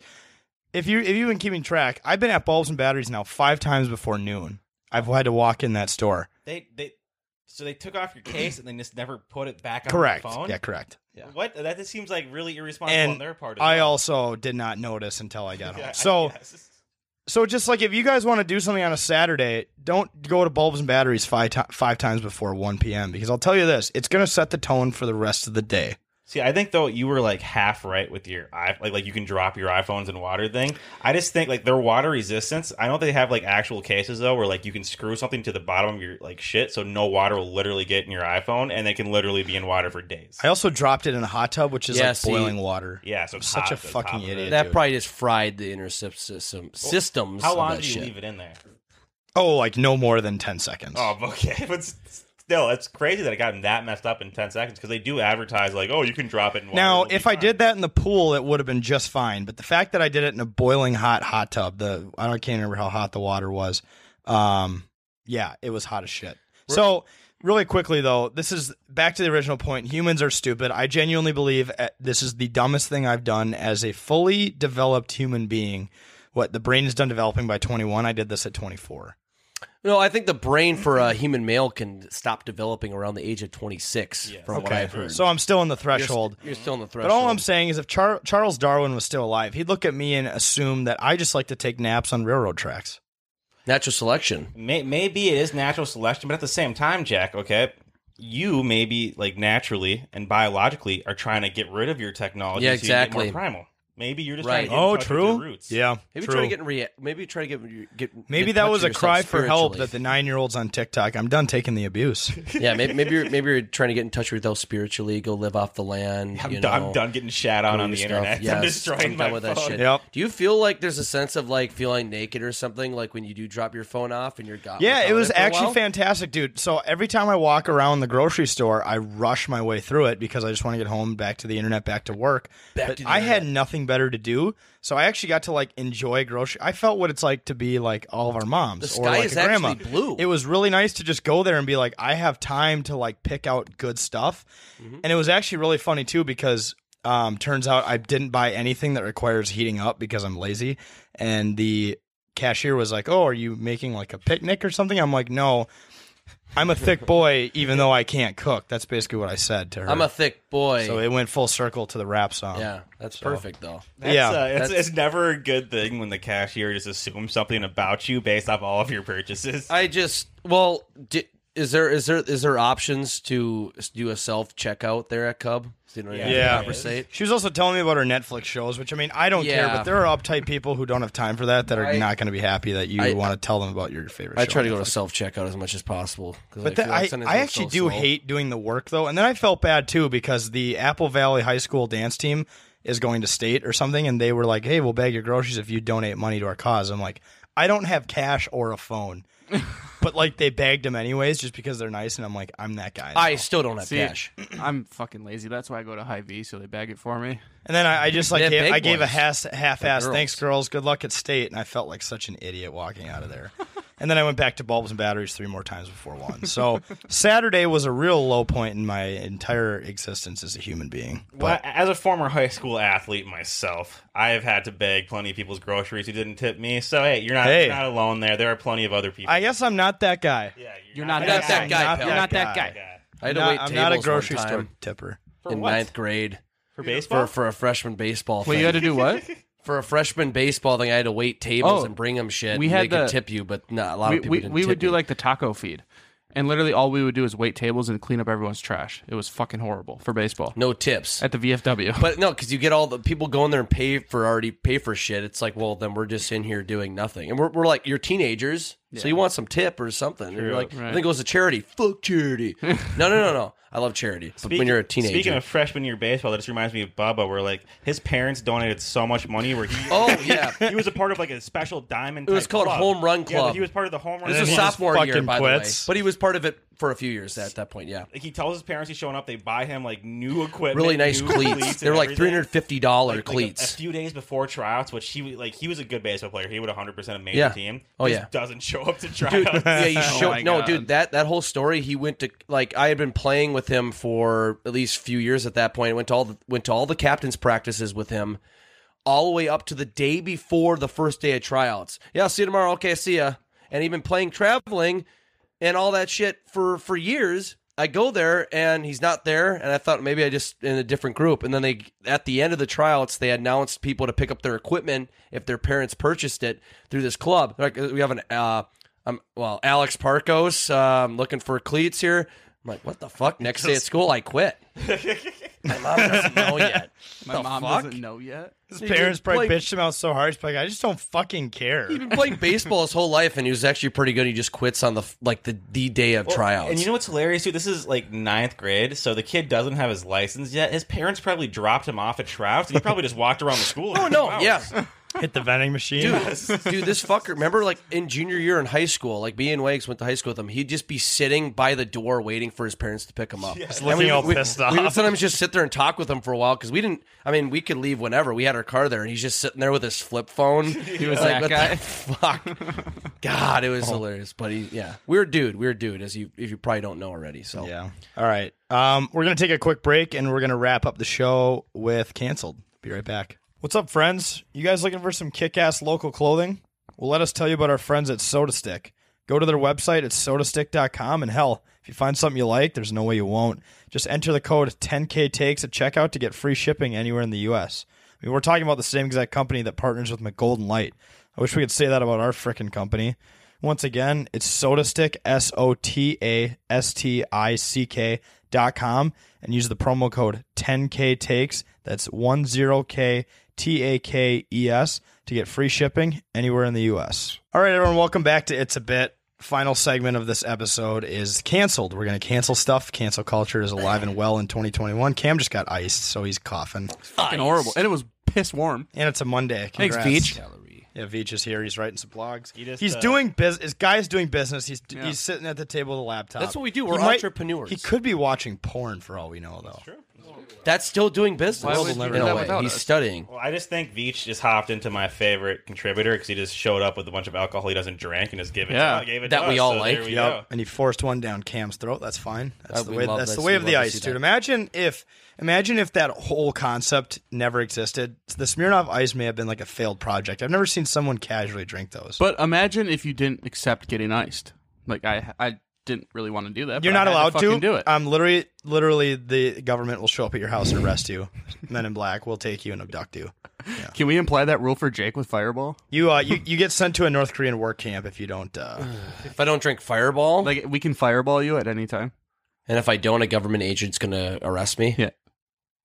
If you if you've been keeping track, I've been at bulbs and batteries now five times before noon. I've had to walk in that store. They they so they took off your case and they just never put it back on Correct. the phone. Yeah, correct. What that just seems like really irresponsible on And their part. as I well. also did not notice until I got [laughs] Yeah, I home. So so just like if you guys want to do something on a Saturday, don't go to bulbs and batteries five ti five times before 1 p.m. because I'll tell you this, it's going to set the tone for the rest of the day. See, I think though you were like half right with your i like like you can drop your iPhones in water thing. I just think like their water resistance. I don't think they have like actual cases though where like you can screw something to the bottom of your like shit so no water will literally get in your iPhone and they can literally be in water for days. I also dropped it in a hot tub, which is Yeah, like see- boiling water. Yeah, so it's such hot a at the fucking top of it. idiot. That dude. probably just fried the intercept system systems. How of long that do you shit. leave it in there? oh, like no more than ten seconds. Oh, [laughs] okay, but s- still, it's crazy that it got that messed up in ten seconds because they do advertise like, oh, you can drop it in water. Now, if I did that in the pool, it would have been just fine. But the fact that I did it in a boiling hot hot tub, the I don't I can't remember how hot the water was. Um, yeah, it was hot as shit. So, really quickly though, this is back to the original point. Humans are stupid. I genuinely believe uh, this is the dumbest thing I've done as a fully developed human being. What the brain is done developing by 21, I did this at 24. No, I think the brain for a human male can stop developing around the age of 26, from what I've heard. So I'm still in the You're s- threshold. You're, still in the But threshold. all I'm saying is, if Char- Charles Darwin was still alive, he'd look at me and assume that I just like to take naps on railroad tracks. Natural selection. May- maybe it is natural selection, but at the same time, Jack, okay, you maybe like naturally and biologically are trying to get rid of your technology. Yeah, So exactly. you can get more primal. Maybe you're just Right. trying to get in Oh, touch with your true. roots. Yeah, Maybe true. try to get in rea- maybe try to get get Maybe in that touch was with a yourself cry for help spiritually. that the nine year olds on TikTok. I'm done taking [laughs] the abuse. yeah, maybe maybe [laughs] you're, maybe you're trying to get in touch with yourself spiritually. Go live off the land. I'm you done- know, I'm done getting shat on go on do the stuff. internet. [laughs] I'm Yes, destroying I'm done my with that phone. shit. Yep. Do you feel like there's a sense of like feeling naked or something like when you do drop your phone off and you're gone? Yeah, without it was for a actually while? fantastic, dude. So every time I walk around the grocery store, I rush my way through it because I just want to get home, back to the internet, back to work. Back but to the I had nothing better to do, so I actually got to like enjoy grocery. I felt what it's like to be like all of our moms The or sky like is a grandma. actually blue. It was really nice to just go there and be like, I have time to like pick out good stuff, Mm-hmm. and it was actually really funny too because. Um, turns out I didn't buy anything that requires heating up because I'm lazy, and the cashier was like, "Oh, are you making like a picnic or something?" I'm like, "No, I'm a thick boy, even though I can't cook." That's basically what I said to her. I'm a thick boy. So it went full circle to the rap song. yeah, that's So- perfect though. That's, yeah, uh, it's, That's- it's never a good thing when the cashier just assumes something about you based off all of your purchases. I just well, di- is there is there is there options to do a self checkout there at Cub? You know, you yeah. can conversate. She was also telling me about her Netflix shows, which I mean, I don't care, Yeah. but there are uptight people who don't have time for that that are I- not going to be happy that you I- want to tell them about your favorite. I show try to on go to Netflix. self checkout as much as possible. 'cause But feel that, like I, sometimes I I'm actually so do slow. hate doing the work though, and then I felt bad too because the Apple Valley High School dance team is going to state or something, and they were like, "Hey, we'll bag your groceries if you donate money to our cause." I'm like, I don't have cash or a phone, but like they bagged them anyways just because they're nice, and I'm like, I'm that guy. now. See, [clears throat] I'm fucking lazy. That's why I go to High V, so they bag it for me. And then I, I just like They're gave, big I gave a ones. half half ass They're thanks girls, good luck at state, and I felt like such an idiot walking out [laughs] of there. and then I went back to bulbs and batteries three more times before one. So Saturday was a real low point in my entire existence as a human being. Well, as a former high school athlete myself, I have had to beg plenty of people's groceries who didn't tip me. So hey, you're not Hey. you're not alone there. There are plenty of other people. I guess I'm not that guy. Yeah, You're not that that guy. Not pal. You're not that guy. I had to I'm not- wait I'm tables not a one grocery store time tipper. For in what? ninth grade For baseball? for, for a freshman baseball. Wait, you had to do what? [laughs] for a freshman baseball thing? I had to wait tables Oh, and bring them shit. we and had they could the- tip you, but not a lot we, of people we, didn't. we tip would me. do like the taco feed, and literally all we would do is wait tables and clean up everyone's trash. It was fucking horrible for baseball. No tips at the VFW. but no, because you get all the people go in there and pay for already pay for shit. It's like, well, then we're just in here doing nothing, and we're, we're like, you're teenagers, so Yeah. you want some tip or something. And you're True. like, Right. I think it goes to charity. Fuck [laughs] charity. no, no, no, no. I love charity, but when you're a teenager, Speaking of freshman year baseball, that just reminds me of Bubba, where like his parents donated so much money. Where he Oh, [laughs] yeah. he was a part of like a special diamond. It was type called club. Home Run Yeah, Club. but he was part of the home run. This club. was sophomore year, by the way. But he was part of it for a few years at that point. Yeah, Like, he tells his parents he's showing up. They buy him like new equipment, really nice new cleats. cleats they were and like three everything. hundred fifty dollar Like, like, a- a, cleats. few days before tryouts, which he was- like he was a good baseball player. He would 100 percent have made Yeah. the team. Oh, Just yeah. doesn't show up to tryouts. [laughs] Dude, [laughs] yeah, you show no, dude. That that whole story. He went to like I had been playing with him for at least a few years at that point. I went to all the, went to all the captains' practices with him, all the way up to the day before the first day of tryouts. Yeah, I'll see you tomorrow. Okay, see ya. And he'd been playing traveling and all that shit for for years. I go there and he's not there, and I thought maybe I just in a different group. And then they at the end of the tryouts, they announced people to pick up their equipment if their parents purchased it through this club. Like we have an uh, um, well, Alex Parkos, um, looking for cleats here. I'm like, what the fuck? Next day at school, I [laughs] quit. My mom doesn't know yet. My The mom fuck? doesn't know yet. His He parents just probably played- bitched him out so hard. He's like, I just don't fucking care. He'd been playing baseball his whole life, and he was actually pretty good. He just quits on the f- like the the day of Well, tryouts. And you know what's hilarious too? This is like ninth grade, so the kid doesn't have his license yet. His parents probably dropped him off at tryouts, and he probably just walked around the school. Oh no, yeah. Hit the vending machine. Dude, [laughs] dude, this fucker. Remember, like in junior year in high school, like me and Wags went to high school with him. He'd just be sitting by the door waiting for his parents to pick him up. Just And looking we, all we- pissed we off. would sometimes just sit there and talk with him for a while because we didn't. I mean, we could leave whenever. We had our car there, and he's just sitting there with his flip [laughs] phone. He was that like, guy. "What the fuck, God, it Oh. was hilarious." But he, yeah, weird dude, weird dude, as you if you probably don't know already. So yeah, All right. Um, we're going to take a quick break and we're going to wrap up the show with canceled. Be right back. What's up, friends? You guys looking for some kick ass local clothing? Well, let us tell you about our friends at Soda Stick. Go to their website at sodastick.com and hell, if you find something you like, there's no way you won't. Just enter the code 10K Takes at checkout to get free shipping anywhere in the U.S. I mean, we're talking about the same exact company that partners with McGolden Light. I wish we could say that about our frickin' company. Once again, it's SodaStick, S O T A S T I C K dot com, and use the promo code 10K Takes. That's 10K T A K E S to get free shipping anywhere in the U.S. All right, everyone, welcome back to It's a Bit. Final segment of this episode is canceled. We're going to cancel stuff. Cancel culture is alive and well in 2021. Cam just got iced, so he's coughing. Fucking horrible. And it was piss warm. And it's a Monday. Thanks, Congrats. Veach. Yeah, Veach is here. He's writing some blogs. just, he's uh, doing business. This guy's doing business. He's Yeah. he's sitting at the table with a laptop. That's what we do. He We're might- entrepreneurs. He could be watching porn for all we know, though. That's still doing business. Why would you do in that a way. without He's us? studying. Well, I just think Veach just hopped into my favorite contributor because he just showed up with a bunch of alcohol he doesn't drink and just give it. Yeah. to, gave it That to we us, all so like. There we Yep. go. And he forced one down Cam's throat. That's fine. That's Uh, the we way. love That's this. the way We of the love to see ice, dude. that. Imagine if, imagine if that whole concept never existed. The Smirnoff Ice may have been like a failed project. I've never seen someone casually drink those. But imagine if you didn't accept getting iced. Like I, I didn't really want to do that. You're but I not had allowed to, Uh, fucking do it. I'm literally, literally, the government will show up at your house and arrest you. [laughs] Men in Black will take you and abduct you. Can we imply that rule for Jake with Fireball? You, uh, you, you get sent to a North Korean work camp if you don't. Uh, If I don't drink Fireball, like we can Fireball you at any time. And if I don't, a government agent's going to arrest me. Yeah.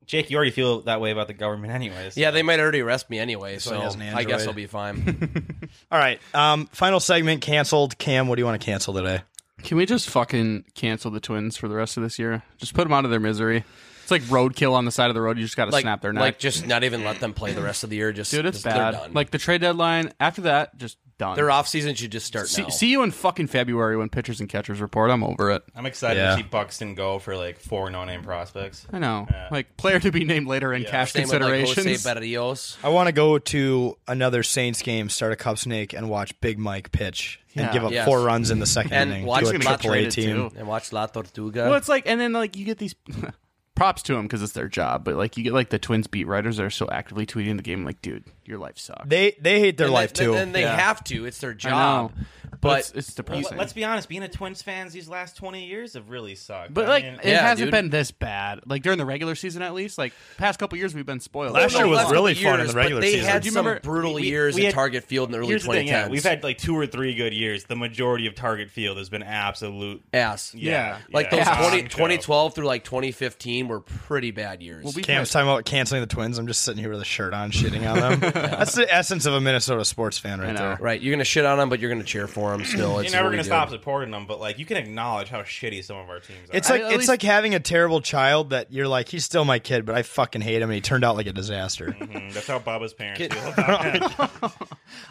Jake, you already feel that way about the government, anyways. Yeah, they might already arrest me anyway, why so he has an I guess Android. I'll be fine. all right, um, final segment canceled. Cam, what do you want to cancel today? Can we just fucking cancel the Twins for the rest of this year? Just put them out of their misery. It's like roadkill on the side of the road. You just got to like, snap their neck. like, just not even let them play the rest of the year. Just Dude, it's just- bad. They're done. Like the trade deadline, after that, just done. Their off season should just start See, now. see you in fucking February when pitchers and catchers report. I'm over it. I'm excited Yeah. to see Buxton go for like four no-name prospects. I know. Like player to be named later in cash Same with, like, Jose considerations. Barrios. I want to go to another Saints game, start a Cup Snake, and watch Big Mike pitch and Yeah. give up Yes. four runs in the second and inning watch to a La Triple A Tortuga team. too. and watch La Tortuga. well, it's like, and then like you get these [laughs] props to them because it's their job, but like you get like the Twins beat writers that are so actively tweeting the game, like, dude, your life sucks. They they hate their And life then- too. then they Yeah. have to. It's their I job. know. But But it's- it's depressing. let's be honest. Being a Twins fans these last twenty years have really sucked. But I like, mean- it hasn't been this bad. Like during the regular season, at least. Like past couple years, we've been spoiled. Last year was really fun in the regular season. Do you some remember brutal years at Target Field in the early here's thing, yeah, 2010s. we've had like two or three good years. The majority of Target Field has been absolute ass. Yeah, Like yeah. those Ass. 20, 2012 through like 2015 were pretty bad years. Cam's talking about canceling the Twins. I'm just sitting here with a shirt on, shitting on [laughs] them. That's the essence of a Minnesota sports fan, right there. Right. You're going to shit on them, but you're going to cheer for them still. You're It's never what we going to do. stop supporting them, but like you can acknowledge how shitty some of our teams are. It's like it's like having a terrible child that you're like, he's still my kid, but I fucking hate him, and he turned out like a disaster. Mhm, that's how Baba's parents Kid- [laughs] feel about it.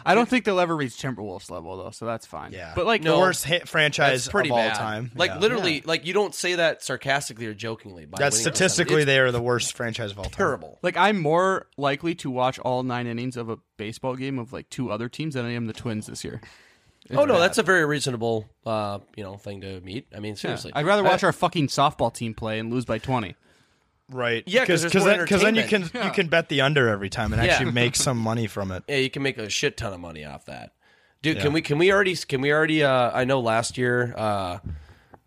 I don't think they'll ever reach Timberwolves level though, so that's fine. Yeah, but like No. the worst hit franchise That's pretty of all bad. time. Like Yeah. literally, like you don't say that sarcastically or jokingly. By That's winning those statistically seven. they are the worst franchise of all time. Terrible. Like I'm more likely to watch all nine innings of a baseball game of like two other teams than I am the Twins this year. It's- oh no, that's a very reasonable, uh, you know, thing to meet. I mean, seriously, I'd rather watch I- our fucking softball team play and lose by twenty. Right. Yeah, 'cause there's more then, then you can entertainment. you can bet the under every time and Yeah. actually make some money from [laughs] it. Yeah, you can make a shit ton of money off that. Dude, Yeah. can we can we already can we already uh I know last year uh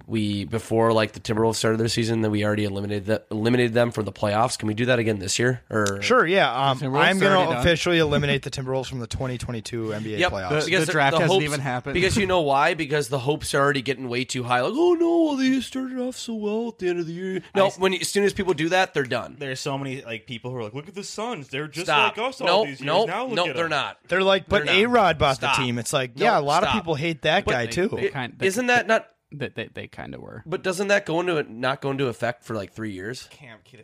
we before like the Timberwolves started their season that we already eliminated that eliminated them from the playoffs. Can we do that again this year? Or Sure, yeah. Um, Timberwolves I'm going already to done. officially eliminate the Timberwolves from the 2022 NBA Yep, playoffs. because hopes- Because you know why? Because the hopes are already getting way too high. Like, oh no, they started off so well at the end of the year. No, when you, as soon as people do that, they're done. There's so many like people who are like, look at the Suns, they're just Stop. like us all Nope, these years. nope, now look nope, at they're them." not. They're like, but They're A not. Rod bought Stop. the team. It's like, No, yeah, a lot stop. of people hate that guy too. Isn't that not? That they, they kind of were. But doesn't that go into not go into effect for like three years?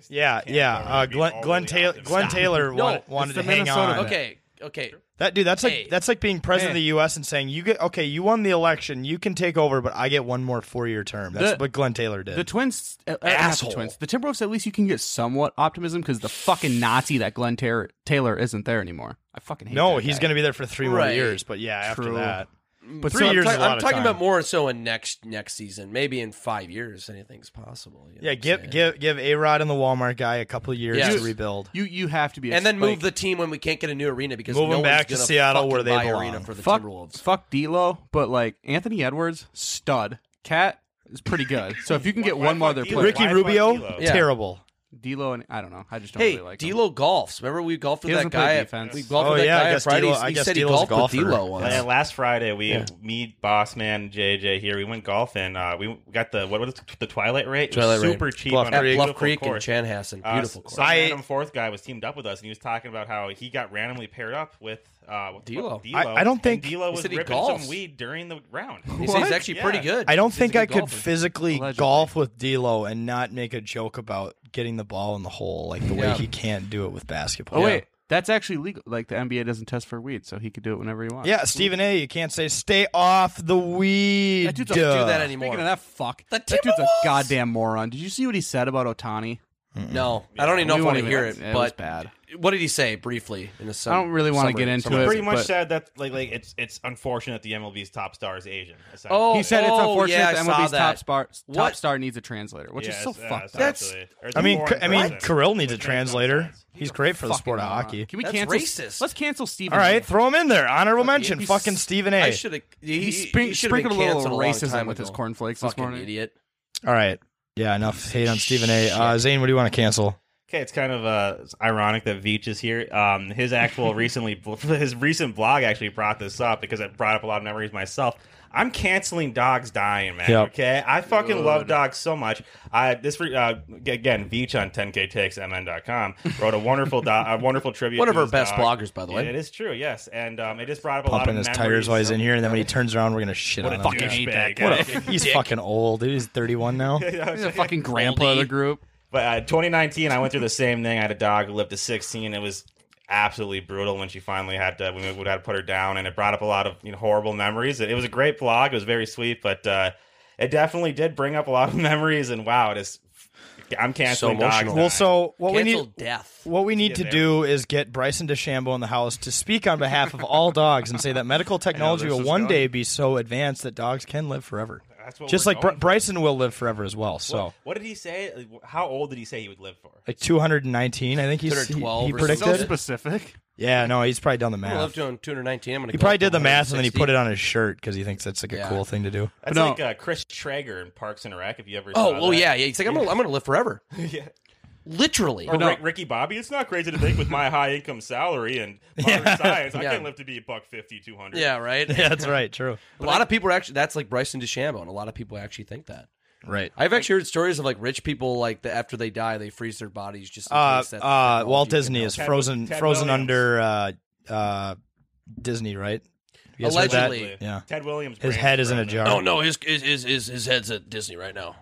yeah, yeah. Uh, Glenn Glenn, Taylor Glenn Taylor No, wa- it's wanted the to hang Minnesota on. bit. Okay, okay. That dude, that's like Hey. that's like being Hey. president of the U.S. and saying you get okay, you won the election, you can take over, but I get one more four-year term. That's The- what Glenn Taylor did. The Twins, uh, uh, not Asshole. The, twins. the Timberwolves. At least you can get somewhat optimism because the fucking Nazi that Glenn Taylor, Taylor isn't there anymore. I fucking hate. no, that he's guy. going to be there for three more Right. years. But yeah, after True. that, But three so I'm years. ta- is a lot I'm of talking time. about more so in next next season, maybe in five years, anything's possible. you know yeah, what I'm give saying? give give a Rod and the Walmart guy a couple years Yes. to rebuild. You you have to be. and then like, move the team when we can't get a new arena because Move no them one's back to gonna Seattle fucking where they buy belong. arena for the fuck, Timberwolves. Fuck D'Lo, but like Anthony Edwards, stud. Cat is pretty good. So if you can get one more other player, Ricky Rubio, Yeah. terrible. D'Lo and I don't know. I just don't hey, really like. him. D'Lo golfs. Remember we golfed He with doesn't that play guy. defense. At, we golfed Oh, with that yeah, I guy guess at Friday. D'Lo- I He guess said he D'Lo's a golfed with golfer. D'Lo once. Yeah, last Friday, we Yeah. me, boss man, JJ here. We went golfing. Uh, we got the what was it, the twilight rate? It was Twilight Rate. super cheap Bluff on a Creek. Bluff beautiful Creek and course. Chanhassen. Uh, Beautiful course. Some I- random fourth guy was teamed up with us, and he was talking about how he got randomly paired up with uh, with D'Lo. D'Lo. I- I don't think- and D'Lo He was said he ripping golfs. some weed during the round. He said he's actually pretty good. I don't He's a think good I could golfer. physically golf with D'Lo and not make a joke about getting the ball in the hole like the way Yeah. he can't do it with basketball. Oh wait, that's actually legal. Like the NBA doesn't test for weed, so he could do it whenever he wants. yeah, Stephen A. You can't say "stay off the weed." That dude doesn't do that anymore. Speaking of that, fuck. That dude's a goddamn moron. Did you see what he said about Otani? No, I don't even know We if I want won't to even- hear it. it but was bad. What did he say briefly? In a sum- I don't really wanna summary- get into summary? it, Pretty much but- said that like like it's it's unfortunate the MLB's top star is Asian. Oh, he said it's oh, unfortunate yeah, I that saw MLB's that. top star, top What? star needs a translator, which Yeah, is so it's- yeah, fucked it's up. That's- absolutely- or it's I mean, more K- I mean, impressive. Kirill needs a translator. He's great for the Fucking sport of moron. hockey. Can we That's cancel? racist. Let's cancel Stephen. All right, A. throw him in there. Honorable Fuck mention, you. fucking Stephen A. I should have. He, He he, spring- he should've sprinkled been a little canceled a long racism time with ago. his cornflakes this Fucking morning. idiot. All right, yeah, enough hate on Stephen A. Uh, Zane, what do you want to cancel? Okay, it's kind of uh, it's ironic that Veach is here. Um, [laughs] his actual recently, his recent blog actually brought this up because it brought up a lot of memories myself. I'm canceling dogs dying, man. Yep. Okay, I fucking love dogs so much. I this re- uh, g- again, Veach on 10ktakesmn.com wrote a wonderful, do- a wonderful tribute. One to of our his best dog. bloggers, by the way. It is true, yes, and um, it just brought up a Pumping lot of his memories. tires while he's in here, and then when he turns around, we're gonna shit What on a him. fucking hate that guy. What a, [laughs] he's fucking old. Dude, he's 31 now. He's a fucking grandpa of the group. But uh, 2019, I went through the same thing. I had a dog who lived to 16. It was absolutely brutal when she finally had to when we would have to put her down, and it brought up a lot of you know, horrible memories. It, it was a great blog. It was very sweet, but uh, it definitely did bring up a lot of [laughs] memories. And wow, it is. I'm canceling dogs. Well, so what we Cancel need death. What we need to do is get Bryson DeChambeau in the house to speak on behalf of all dogs and say that [laughs] medical technology this will is one going. day be so advanced that dogs can live forever. That's what Just we're like Br- going for. Bryson will live forever as well. So What, what did he say? Like, How old did he say he would live for? like 219, I think he's he, 212 he or So predicted. specific. Yeah, no, he's probably done the I love math. doing 219. I'm gonna. He go probably up did the to math and then he 160. put it on his shirt because he thinks that's like a Yeah. cool thing [laughs] to do. That's no. like uh, Chris Traeger in Parks and Rec. If you ever Oh, saw well, that. yeah, yeah. He's like, I'm gonna, I'm gonna live [laughs] forever. yeah. Literally. Or Rick, Ricky Bobby, it's not crazy to think with my [laughs] high income salary and modern science, I Yeah. can live to be a buck fifty, two hundred. Yeah, right. [laughs] Yeah, that's right. True. A lot of people are actually. That's like Bryson DeChambeau, and a lot of people actually think that. Right. I've actually heard stories of like rich people like the, after they die they freeze their bodies just. In Uh, case that uh, technology Walt can Disney help. is Ted- frozen Ted frozen Williams. under uh, uh, Disney, right? You guys heard that? Allegedly. Yeah. Ted Williams. His brains head is in a frozen. jar. Oh no, his his his, his, his head's at Disney right now.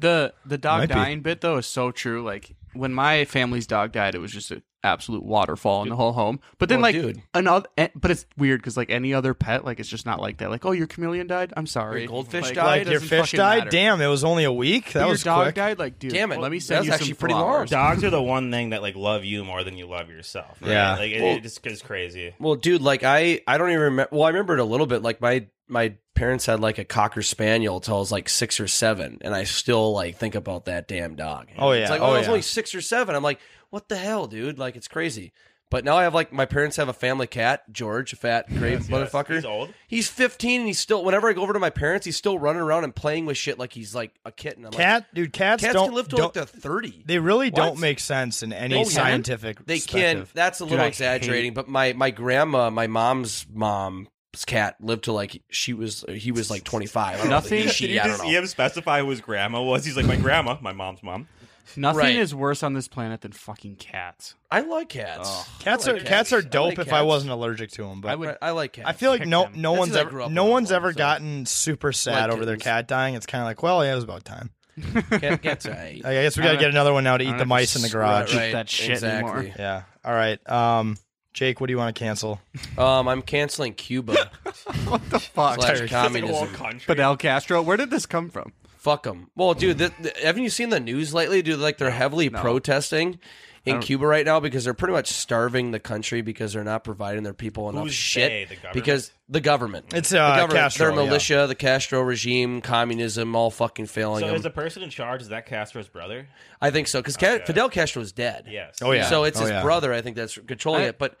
The the dog Might be. dying bit though is so true. Like when my family's dog died, it was just an absolute waterfall in the whole home. But then Well, like dude. another, eh, but it's weird because like any other pet, like it's just not like that. Like oh, your chameleon died. I'm sorry, Your goldfish Like, died? it Like your doesn't fish fucking died. matter. Damn, it was only a week. That your was dog quick. died. Like dude, Damn it, Let me that send was you actually some pretty flowers. Dogs are the one thing that like love you more than you love yourself. Right? Yeah. like it, Well- it just goes crazy. Well, dude, like I, I don't even remember. Well, I remember it a little bit. Like my, my parents had like a cocker spaniel till I was like six or seven, and I still like think about that damn dog. Oh, yeah. it's like Oh, oh, I was yeah. only six or seven. I'm like, what the hell, dude? Like it's crazy. But now I have like my parents have a family cat, George, a [laughs] fat gray yes. motherfucker. He's old. He's 15 and he's still. Whenever I go over to my parents, he's still running around and playing with shit like he's like a kitten. I'm Cat, dude, Like, cats, cats don't can live to like don't, the 30. They really What? don't make sense in any They can. scientific. They can. perspective. That's a Dude, little I exaggerating, but my my grandma, my mom's mom's cat lived to like she was she was like 25. I don't know, Nothing- he, Did she, Did you I don't just know. EM specify who his grandma was? He's like my grandma, my mom's mom. Nothing Right. is worse on this planet than fucking cats. I like cats. Cats I are like cats are I dope. like if I cats. wasn't allergic to them, but I would I like cats. I feel like pick no them. no That's one's what I ever grew up no with, one's though, ever so. gotten super Like sad over their kittens. cat dying. It's kind of like, well, yeah, it was about time. Cat- cats are right. I guess we got don't to get have- another one now to I eat don't the have to mice in the screw garage. Right. that shit exactly. Yeah. All right. Um, Jake, what do you want to cancel? Um, I'm canceling [laughs] Cuba. What the fuck? Slash Sorry. communism. Whole country. Fidel Castro. Where did this come from? Fuck them. Well, dude, th th- haven't you seen the news lately? Dude, like they're heavily protesting in Cuba right now because they're pretty much starving the country because they're not providing their people enough Who's shit. they, the government? because the government, It's, the uh, government, Castro, their yeah. militia, the Castro regime, communism, all fucking failing So them. is the person in charge is that Castro's brother? I think so because Fidel Castro is dead. Yes. Oh, yeah. So it's Oh, his yeah. brother. I think that's controlling I- it. But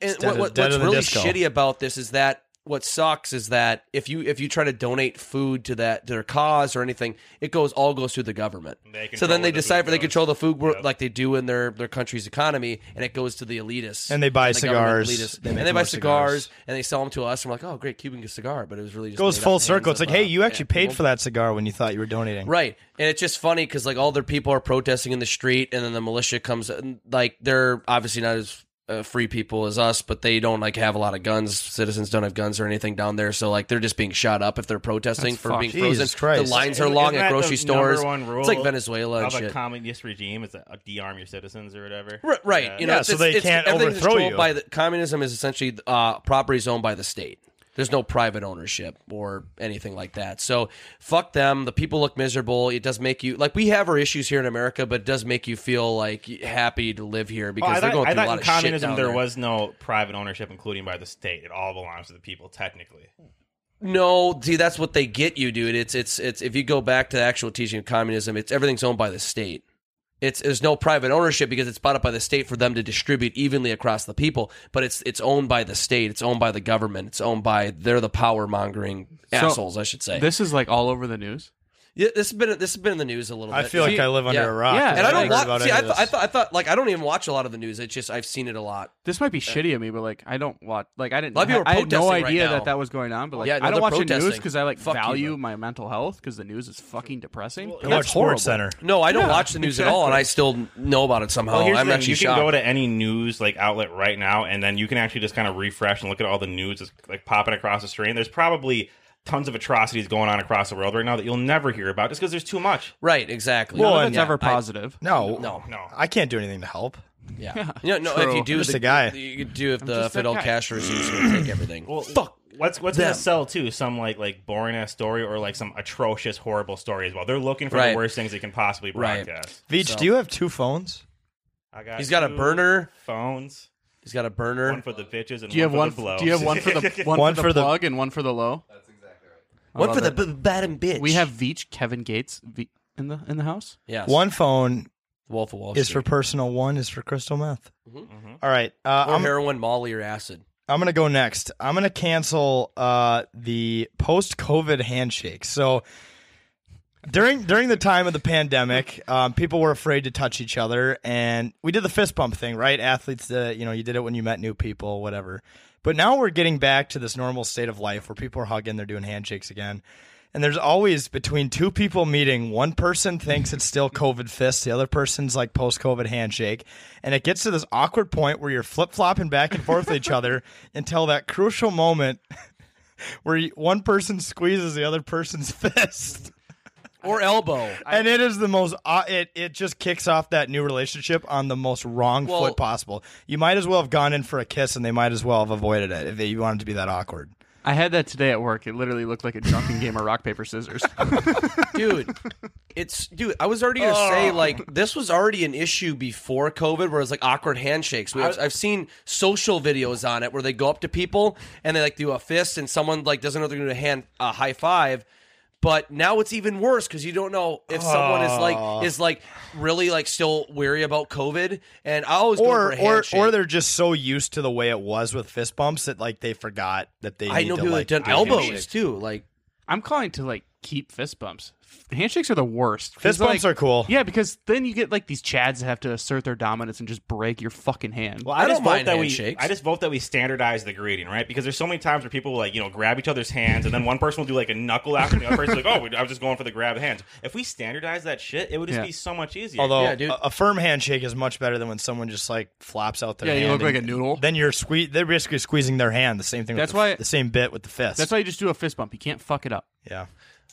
and It's dead what, as- what, deader what's than really disco. shitty about this is that what sucks is that if you if you try to donate food to that to their cause or anything, it goes all gogoes through the government. They so then they control where the food decipher they goes. control the food wor- like they do in their their country's economy, and it goes to the elitists. And they buy the government cigars. elitists. They make and they buy more cigars, cigars. and they sell them to us. And we're like, oh, great, Cuban cigar, but it was really just goes made up full in the circle. hands It's of, like, hey, uh, you actually paid people. for that cigar when you thought you were donating. Right. And it's just funny because like all their people are protesting in the street, and then the militia comes. and, Like they're obviously not as uh, free people as us, but they don't like have a lot of guns. Citizens don't have guns or anything down there, so like they're just being shot up if they're protesting That's for fucked. being Jesus frozen. The Christ. lines are Isn't long that at the grocery number stores. one it's like rule Venezuela and of shit. a communist regime is that uh, dearm your citizens or whatever. Right, right. You know, Yeah, it's, so it's- they it's- can't everything's overthrow controlled you. By the, communism is essentially uh, properties owned by the state. There's no private ownership or anything like that. So fuck them. The people look miserable. It does make you like we have our issues here in America, but it does make you feel like happy to live here because Oh, I they're thought, going through I a thought lot in of shit communism down there, there. was no private ownership, including by the state. It all belongs to the people, technically. No, see that's what they get you, dude. It's it's it's if you go back to the actual teaching of communism, it's everything's owned by the state. It's there's no private ownership because it's bought up by the state for them to distribute evenly across the people, but it's it's owned by the state, it's owned by the government, it's owned by they're the power mongering So, assholes, I should say. This is like all over the news. Yeah, this has been this has been in the news a little I bit. feel like I live under yeah. a rock. Yeah, Yeah, and I I don't don't hear watch. about See, any I, of th- this. I, th- I thought like I don't even watch a lot of the news. It's just I've seen it a lot. This might be shitty of me, but like I don't watch. Like I didn't. Uh, A lot of people are I had no protesting right idea now. that that was going on. But like Yeah, no, I they're don't watch the news protesting. because I like Fuck you, value my mental health because the news is fucking depressing. I watch Sports Center. No, I don't watch the news at all, and I still know about it somehow. Well, here's the Oh, I'm thing. actually you shocked. can go to any news like outlet right now, and then you can actually just kind of refresh and look at all the news that's like popping across the screen. There's probably tons of atrocities going on across the world right now that you'll never hear about just because there's too much. Right, exactly. Well, None of and- it's ever yeah, I- [laughs] positive. No, No, no. I can't do anything to help. Yeah. Yeah, no, if you do, just the- a guy. You could do if I'm the just that Fidel guy. Castro regime's going to take everything. Well, fuck. What's what's them. gonna sell too? Some like like boring ass story or like some atrocious horrible story as well. They're looking for Right. the worst things they can possibly Right. broadcast. Veach, do you have two phones? I got He's got a two burner. Phones. He's got a burner. One for the bitches and Do you have one one? for the blow. Do you have one for [laughs] the one, for, the plug and one for the low? That's exactly right. One for the b- bad and bitch. We have Veach, Kevin Gates v- in the in the house. Yes. One phone Wolf of Wall is for Street. personal, one is for crystal meth. Mhm. All right. Uh, or I'm, heroin, Molly, or acid. I'm going to go next. I'm going to cancel uh, the post COVID handshake. So during during the time of the pandemic, um, people were afraid to touch each other, and we did the fist bump thing, right? Athletes, did it, you know, you did it when you met new people, whatever. But now we're getting back to this normal state of life where people are hugging, they're doing handshakes again. And there's always between two people meeting, one person thinks it's still COVID fist, the other person's like post COVID handshake. And it gets to this awkward point where you're flip flopping back and forth with each other [laughs] until that crucial moment [laughs] where you, one person squeezes the other person's [laughs] fist or elbow. and it is the most uh, it it just kicks off that new relationship on the most wrong Well- foot possible. You might as well have gone in for a kiss and they might as well have avoided it if they wanted to be that awkward. I had that today at work. It literally looked like a drunken game of rock paper scissors. dude. It's dude. I was already gonna Oh. say like this was already an issue before COVID, where it's like awkward handshakes. We have, I've seen social videos on it where they go up to people and they like do a fist, and someone like doesn't know they're gonna do a hand a high five. But now it's even worse because you don't know if someone is Oh. like is like really like still wary about COVID. And I always go for Or a or handshake. or they're just so used to the way it was with fist bumps that like they forgot that they I need know to, people like, that do done elbows handshakes. too. Like I'm calling to like keep fist bumps. Handshakes are the worst. Fist 'Cause, bumps like- are cool. Yeah, because then you get like these chads that have to assert their dominance and just break your fucking hand. Well, I, just vote that we. I just vote that we standardize the greeting, right? Because there's so many times where people like you know grab each other's hands, and then one person will do like a knuckle after the other person's like, "Oh, I was just going for the grab of hands." If we standardize that shit, it would just Yeah. be so much easier. Although a, a firm handshake is much better than when someone just like flops out their Yeah, you hand. look like and- a noodle. Then you're sque- they're basically squeezing their hand. The same thing. That's with the, why- the same bit with the fist. That's why you just do a fist bump. You can't fuck it up. Yeah.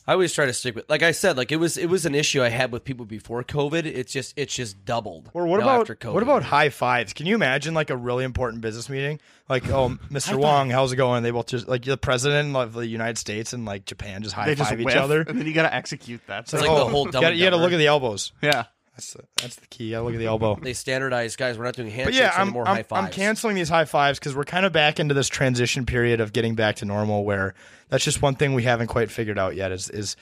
I always try to stick with, like I said, like it was it was an issue I had with people before COVID. It's just it's just doubled. Or what now about after COVID? what about high fives? Can you imagine like a really important business meeting? [laughs] Like, oh, High Mr. five. Wong, how's it going? They both just like the president of the United States and like Japan just high They just five each whiff, other, and then you gotta execute that. It's oh, [laughs] you gotta- You got to look at the elbows. Yeah, that's the, that's the key. You got to look at the elbow. They standardized, guys. We're not doing But handshakes yeah, I'm, anymore. high I'm, I'm fives. canceling these high fives because we're kind of back into this transition period of getting back to normal, where that's just one thing we haven't quite figured out yet. Is is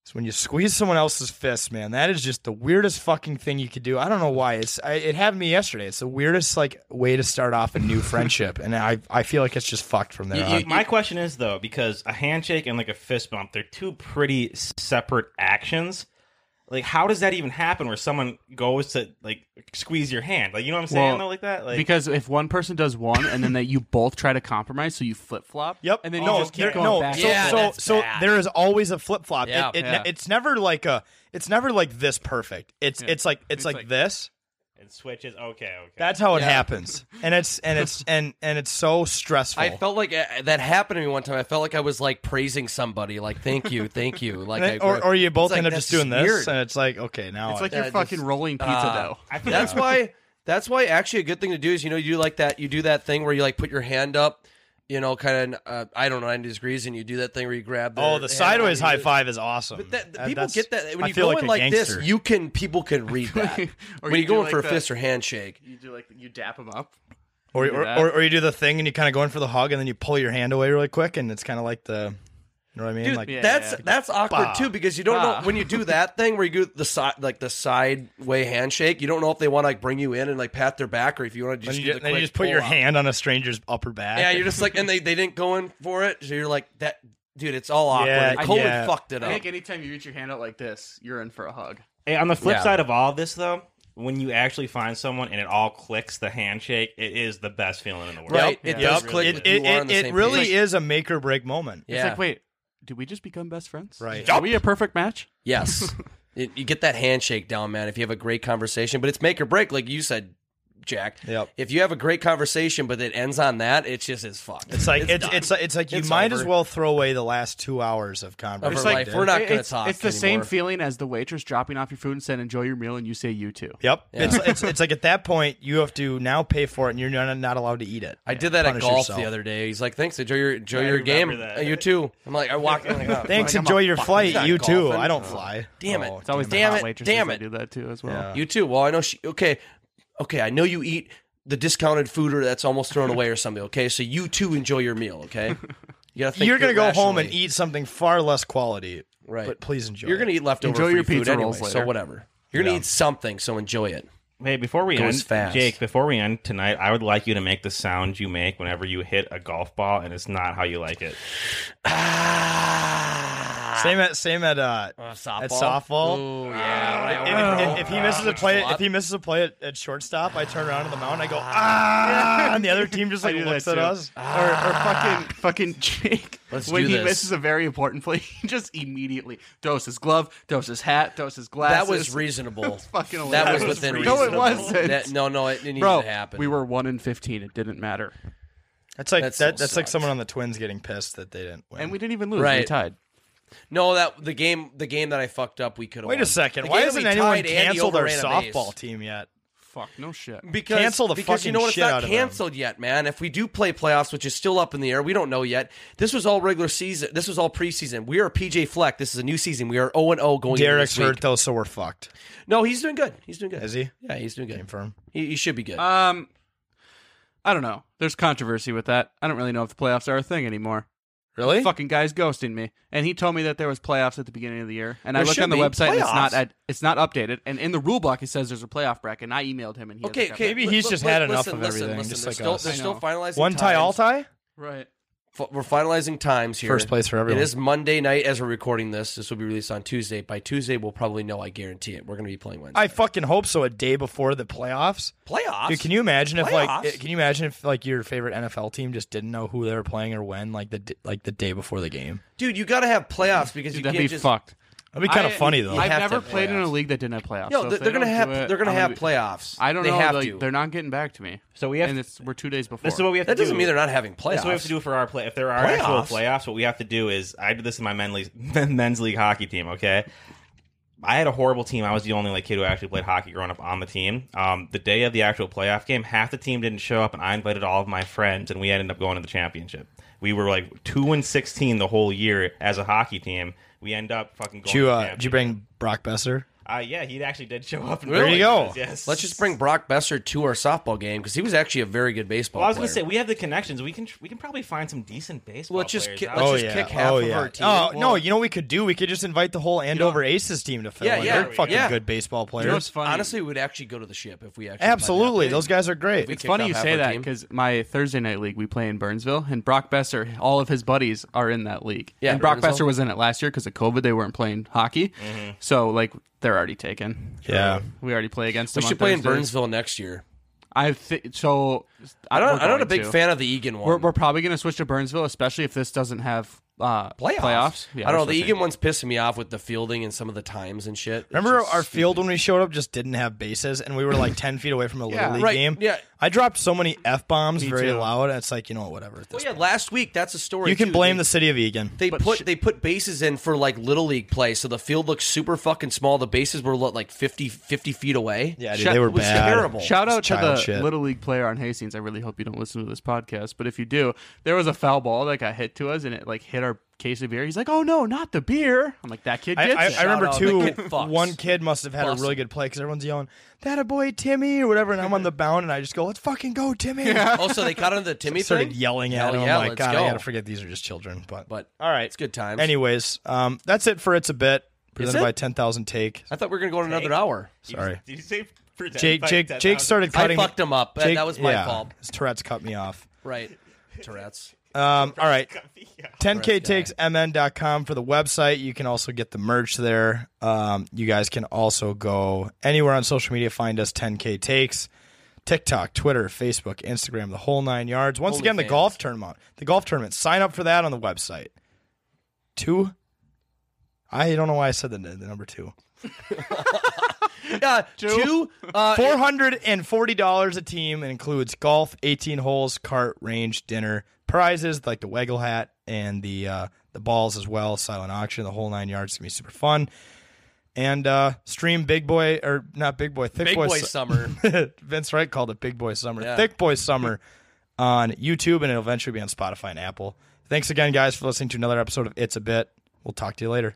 It's when you squeeze someone else's fist, man. That is just the weirdest fucking thing you could do. I don't know why. It's I, it happened to me yesterday. It's the weirdest like way to start off [laughs] a new friendship, and I I feel like it's just fucked from there. You- on. you- my question is though, because a handshake and like a fist bump, they're two pretty separate actions. Like, how does that even happen? Where someone goes to like squeeze your hand, like you know what I'm saying, though, like that, like because if one person does one and then that you both try to compromise, so you flip flop. Yep. And then No, you just keep there- going no, back. So, so, so there is always a flip flop. Yeah. it, it, Yeah. It's never like a. It's never like this perfect. It's it's like it's, It's like, like- this. it switches. Okay, okay. That's how it Yeah. happens, and it's and it's and and it's so stressful. I felt like uh, that happened to me one time. I felt like I was like praising somebody, like "Thank you, thank [laughs] you." Like, And then- I, or, or you it's both like, end up that's just doing this, weird. and it's like okay, now It's I- like you're Yeah, fucking just- rolling pizza dough. Uh, That's why. That's why actually a good thing to do is you know you do like that you do that thing where you like put your hand up, you know, kind of uh, I don't know ninety degrees, and you do that thing where you grab. their Oh, the hand sideways and you- high five is awesome. But that- people get that when Uh, I you feel go like in a like gangster. this. You can people can [laughs] read that Or when you you go do in for like a the- fist or handshake. You do like you dap them up. Or, You do or, that. or, or you do the thing and you kind of go in for the hug and then you pull your hand away really quick and it's kind of like the, you know what I mean? Dude, like that's that's awkward Bah. too because you don't Bah. know when you do [laughs] that thing where you do the side like the side way handshake. You don't know if they want to like bring you in and like pat their back or if you want to Then just you, do ju- the then you quick just put your pull out. hand on a stranger's upper [laughs] back. Yeah, you're just like [laughs] and they they didn't go in for it, so you're like that dude. It's all awkward. Yeah, Yeah, Colin yeah. fucked it I up. think anytime you reach your hand out like this, you're in for a hug. Hey, on the flip Yeah. side of all this, though, when you actually find someone and it all clicks, the handshake, it is the best feeling in the world. Right, it does click It, when you it- are on the it same really page. is a make or break moment. It's like, wait, did we just become best friends? Right. Are we a perfect match? [laughs] Yes, you you get that handshake down, man. If you have a great conversation, but it's make or break, like you said, Jack. Yep. If you have a great conversation, but it ends on that, it's just as fucked. It's like it's it's, it's like you It's might as over. well throw away the last two hours of conversation. It's like- life. We're not gonna it's, talk It's the same anymore. feeling as the waitress dropping off your food and saying, "Enjoy your meal," and you say, "You too." Yep. It's, [laughs] it's it's like at that point you have to now pay for it and you're not, not allowed to eat it. I did that at Punish golf yourself. the other day. He's like, "Thanks, enjoy your enjoy I your game. remember that. Uh, You too." I'm like, I walked. in, like, [laughs] oh, Thanks, fuck, I'm enjoy not your fucking- flight. I'm not You too. golfing. Oh. I don't fly. Oh. Damn it! It's always the Oh, damn hot it! waitresses Damn that it! do that too as well. You too. Well, I know she. Okay, okay. I know you eat the discounted food or that's almost thrown away or something. Okay, so you too enjoy your meal. Okay, you gotta think. You're gonna go home and rationally. eat something far less quality. Right. But please enjoy. You're gonna eat leftover Enjoy your free pizza food rolls anyway, later. So whatever. You're gonna Yeah. eat something. So enjoy it. Hey, before we Goes end, fast. Jake, before we end tonight, I would like you to make the sound you make whenever you hit a golf ball and it's not how you like it. Same at same at uh, softball. At softball. Ooh, Ah. yeah. If- if, if Oh, he misses a play, if he misses a play at, at shortstop, I turn around on the mound. I go ah, and the other team just I like do that looks at too. us. Or, or fucking fucking [laughs] Jake Let's when do he this. misses a very important play, he [laughs] just immediately throws his glove, throws his hat, throws his glasses. That was reasonable. It's [laughs] fucking that was hilarious. within reason. No, it wasn't. That- no, no, it didn't Bro, even happen. we were one in fifteen. It didn't matter, That's like That that, still that's like sucks. someone on the Twins getting pissed that they didn't win. and we didn't even lose. We Right. tied. No, that the game, the game that I fucked up, we could. Wait a second, why hasn't anyone canceled our softball team yet? Fuck no shit. Because, Cancel the because you fucking know what? It's shit out not of them. canceled yet, man. If we do play playoffs, which is still up in the air, we don't know yet. This was all regular season. This was all preseason. We are PJ Fleck. This is a new season. We are zero and zero going. into Derek's this week. hurt though, so we're fucked. No, he's doing good. He's doing good. Is he? Uh, Yeah, he's doing good. Game firm. He, he should be good. Um, I don't know. There's controversy with that. I don't really know if the playoffs are a thing anymore. Really? fucking guy's ghosting me, and he told me that there was playoffs at the beginning of the year, and I There looked should on the be. website, and it's not Playoffs? ad- it's not updated, and in the rule book it says there's a playoff bracket, and I emailed him, and he okay, hasn't okay. gotten Maybe li- he's li- just li- had enough listen, of listen, everything, listen. just they're like still, us. They're I still know. finalizing One tie, all times. back. tie. right. F- We're finalizing times here. First place for everyone. It is Monday night as we're recording this. This will be released on Tuesday. By Tuesday, we'll probably know. I guarantee it. We're going to be playing Wednesday. I fucking hope so. A day before the playoffs. Playoffs? Dude, can you imagine if like Playoffs? it- can you imagine if like your favorite NFL team just didn't know who they were playing or when like the d- like the day before the game? Dude, you got to have playoffs because you That'd can't be just. fucked. That'd be kind of I- funny though. I've have never to have played in a playoffs. league that didn't have playoffs. No, so if they're- they they're gonna don't have- do it, they're gonna I'm have be- playoffs. I don't They know. have like, to. They're not getting back to me. So we have and it's, we're two days before. This is what we have That to do. doesn't mean they're not having playoffs. This is what we have to do for our play. If there are actual Playoffs? playoffs, what we have to do is I did this in my men's league, [laughs] men's league hockey team. Okay, I had a horrible team. I was the only like kid who actually played hockey growing up on the team. Um, the day of the actual playoff game, half the team didn't show up, and I invited all of my friends, and we ended up going to the championship. We were like two and sixteen the whole year as a hockey team. We end up fucking going. Did you to the uh, did you bring Brock Besser? Uh, yeah, he actually did show up. in Really? Burlington, Yes. Let's just bring Brock Besser to our softball game because he was actually a very good baseball Well, I was player. gonna say we have the connections. We can we can probably find some decent baseball. Let's just players ki- out let's there. Oh, just kick half of our team. Oh no! Well- You know what we could do? We could just invite the whole Andover Aces team to fill Yeah, in. yeah, They're fucking yeah. good baseball You know players. what's funny? Honestly, we would actually go to the ship if we actually. Absolutely, those guys are great. It's funny you say that because my Thursday night league we play in Burnsville, and Brock Besser, all of his buddies are in that league. Yeah, and Brock Burnsville. Besser was in it last year because of COVID; they weren't playing hockey, Mhm. so like they're already taken. Yeah. we already play against. We them on should play in Thursdays. Burnsville next year. I think so. I don't- we're I'm not a going big to. fan of the Egan one. We're, we're probably going to switch to Burnsville, especially if this doesn't have uh, playoffs. I Yeah, don't know. we're The switching. Egan one's pissing me off with the fielding and some of the times and shit. It's Remember just our field when we showed up just didn't have bases and we were like ten feet away from a Yeah. little league Right, game. yeah. I dropped so many f bombs Me very too. loud. It's like you know whatever. Well, Oh, yeah, last week that's a story. You can too. blame They- the city of Egan. They put they put bases in for like little league play, so the field looked super fucking small. The bases were like 50, 50 feet away. Yeah, Shit was terrible. Shout out to the shit. little league player on Hastings. I really hope you don't listen to this podcast, but if you do, there was a foul ball that got hit to us, and it like hit our case of beer. He's like, "Oh no, not the beer!" I'm like, "That kid I, gets I, it." I remember too. That kid fucks. one kid must have had Busts a really good play because everyone's yelling "That a boy Timmy" or whatever, and I'm [laughs] on the bound and I just go "Let's fucking go, Timmy!" [laughs] Oh, so they caught on the Timmy started thing? yelling at Hell him. yeah, I'm like, let's God, go. I gotta forget these are just children. But But all right, it's good times. anyways, um, that's it for it's a bit presented it? by Ten Thousand Take. I thought we were gonna go on another [laughs] hour. Sorry. Did you say pretend Jake, by Jake, 10,000? Jake [laughs] started cutting. I fucked him up. That- Jake- that was my yeah, fault. His Tourette's cut me off. Right, Tourette's. Um, [laughs] all right. Tourette's guy. 10ktakesmn.com for the website. You can also get the merch there. Um, you guys can also go anywhere on social media, find us 10k takes. TikTok, Twitter, Facebook, Instagram, the whole nine yards. Once Holy again, the fans. golf tournament. The golf tournament. Sign up for that on the website. Two. I don't know why I said the, the number two. Yeah, two. uh, Four hundred and forty dollars a team and includes golf, eighteen holes, cart, range, dinner, prizes like the Waggle hat and the uh, the balls as well. Silent auction, the whole nine yards. It's gonna be super fun. And uh, stream Big Boy or not Big Boy, Thick Big Boy, Boy Su- [laughs] Summer. Vince Wright called it Big Boy Summer, Yeah. Thick Boy Summer on YouTube, and it'll eventually be on Spotify and Apple. Thanks again, guys, for listening to another episode of It's a Bit. We'll talk to you later.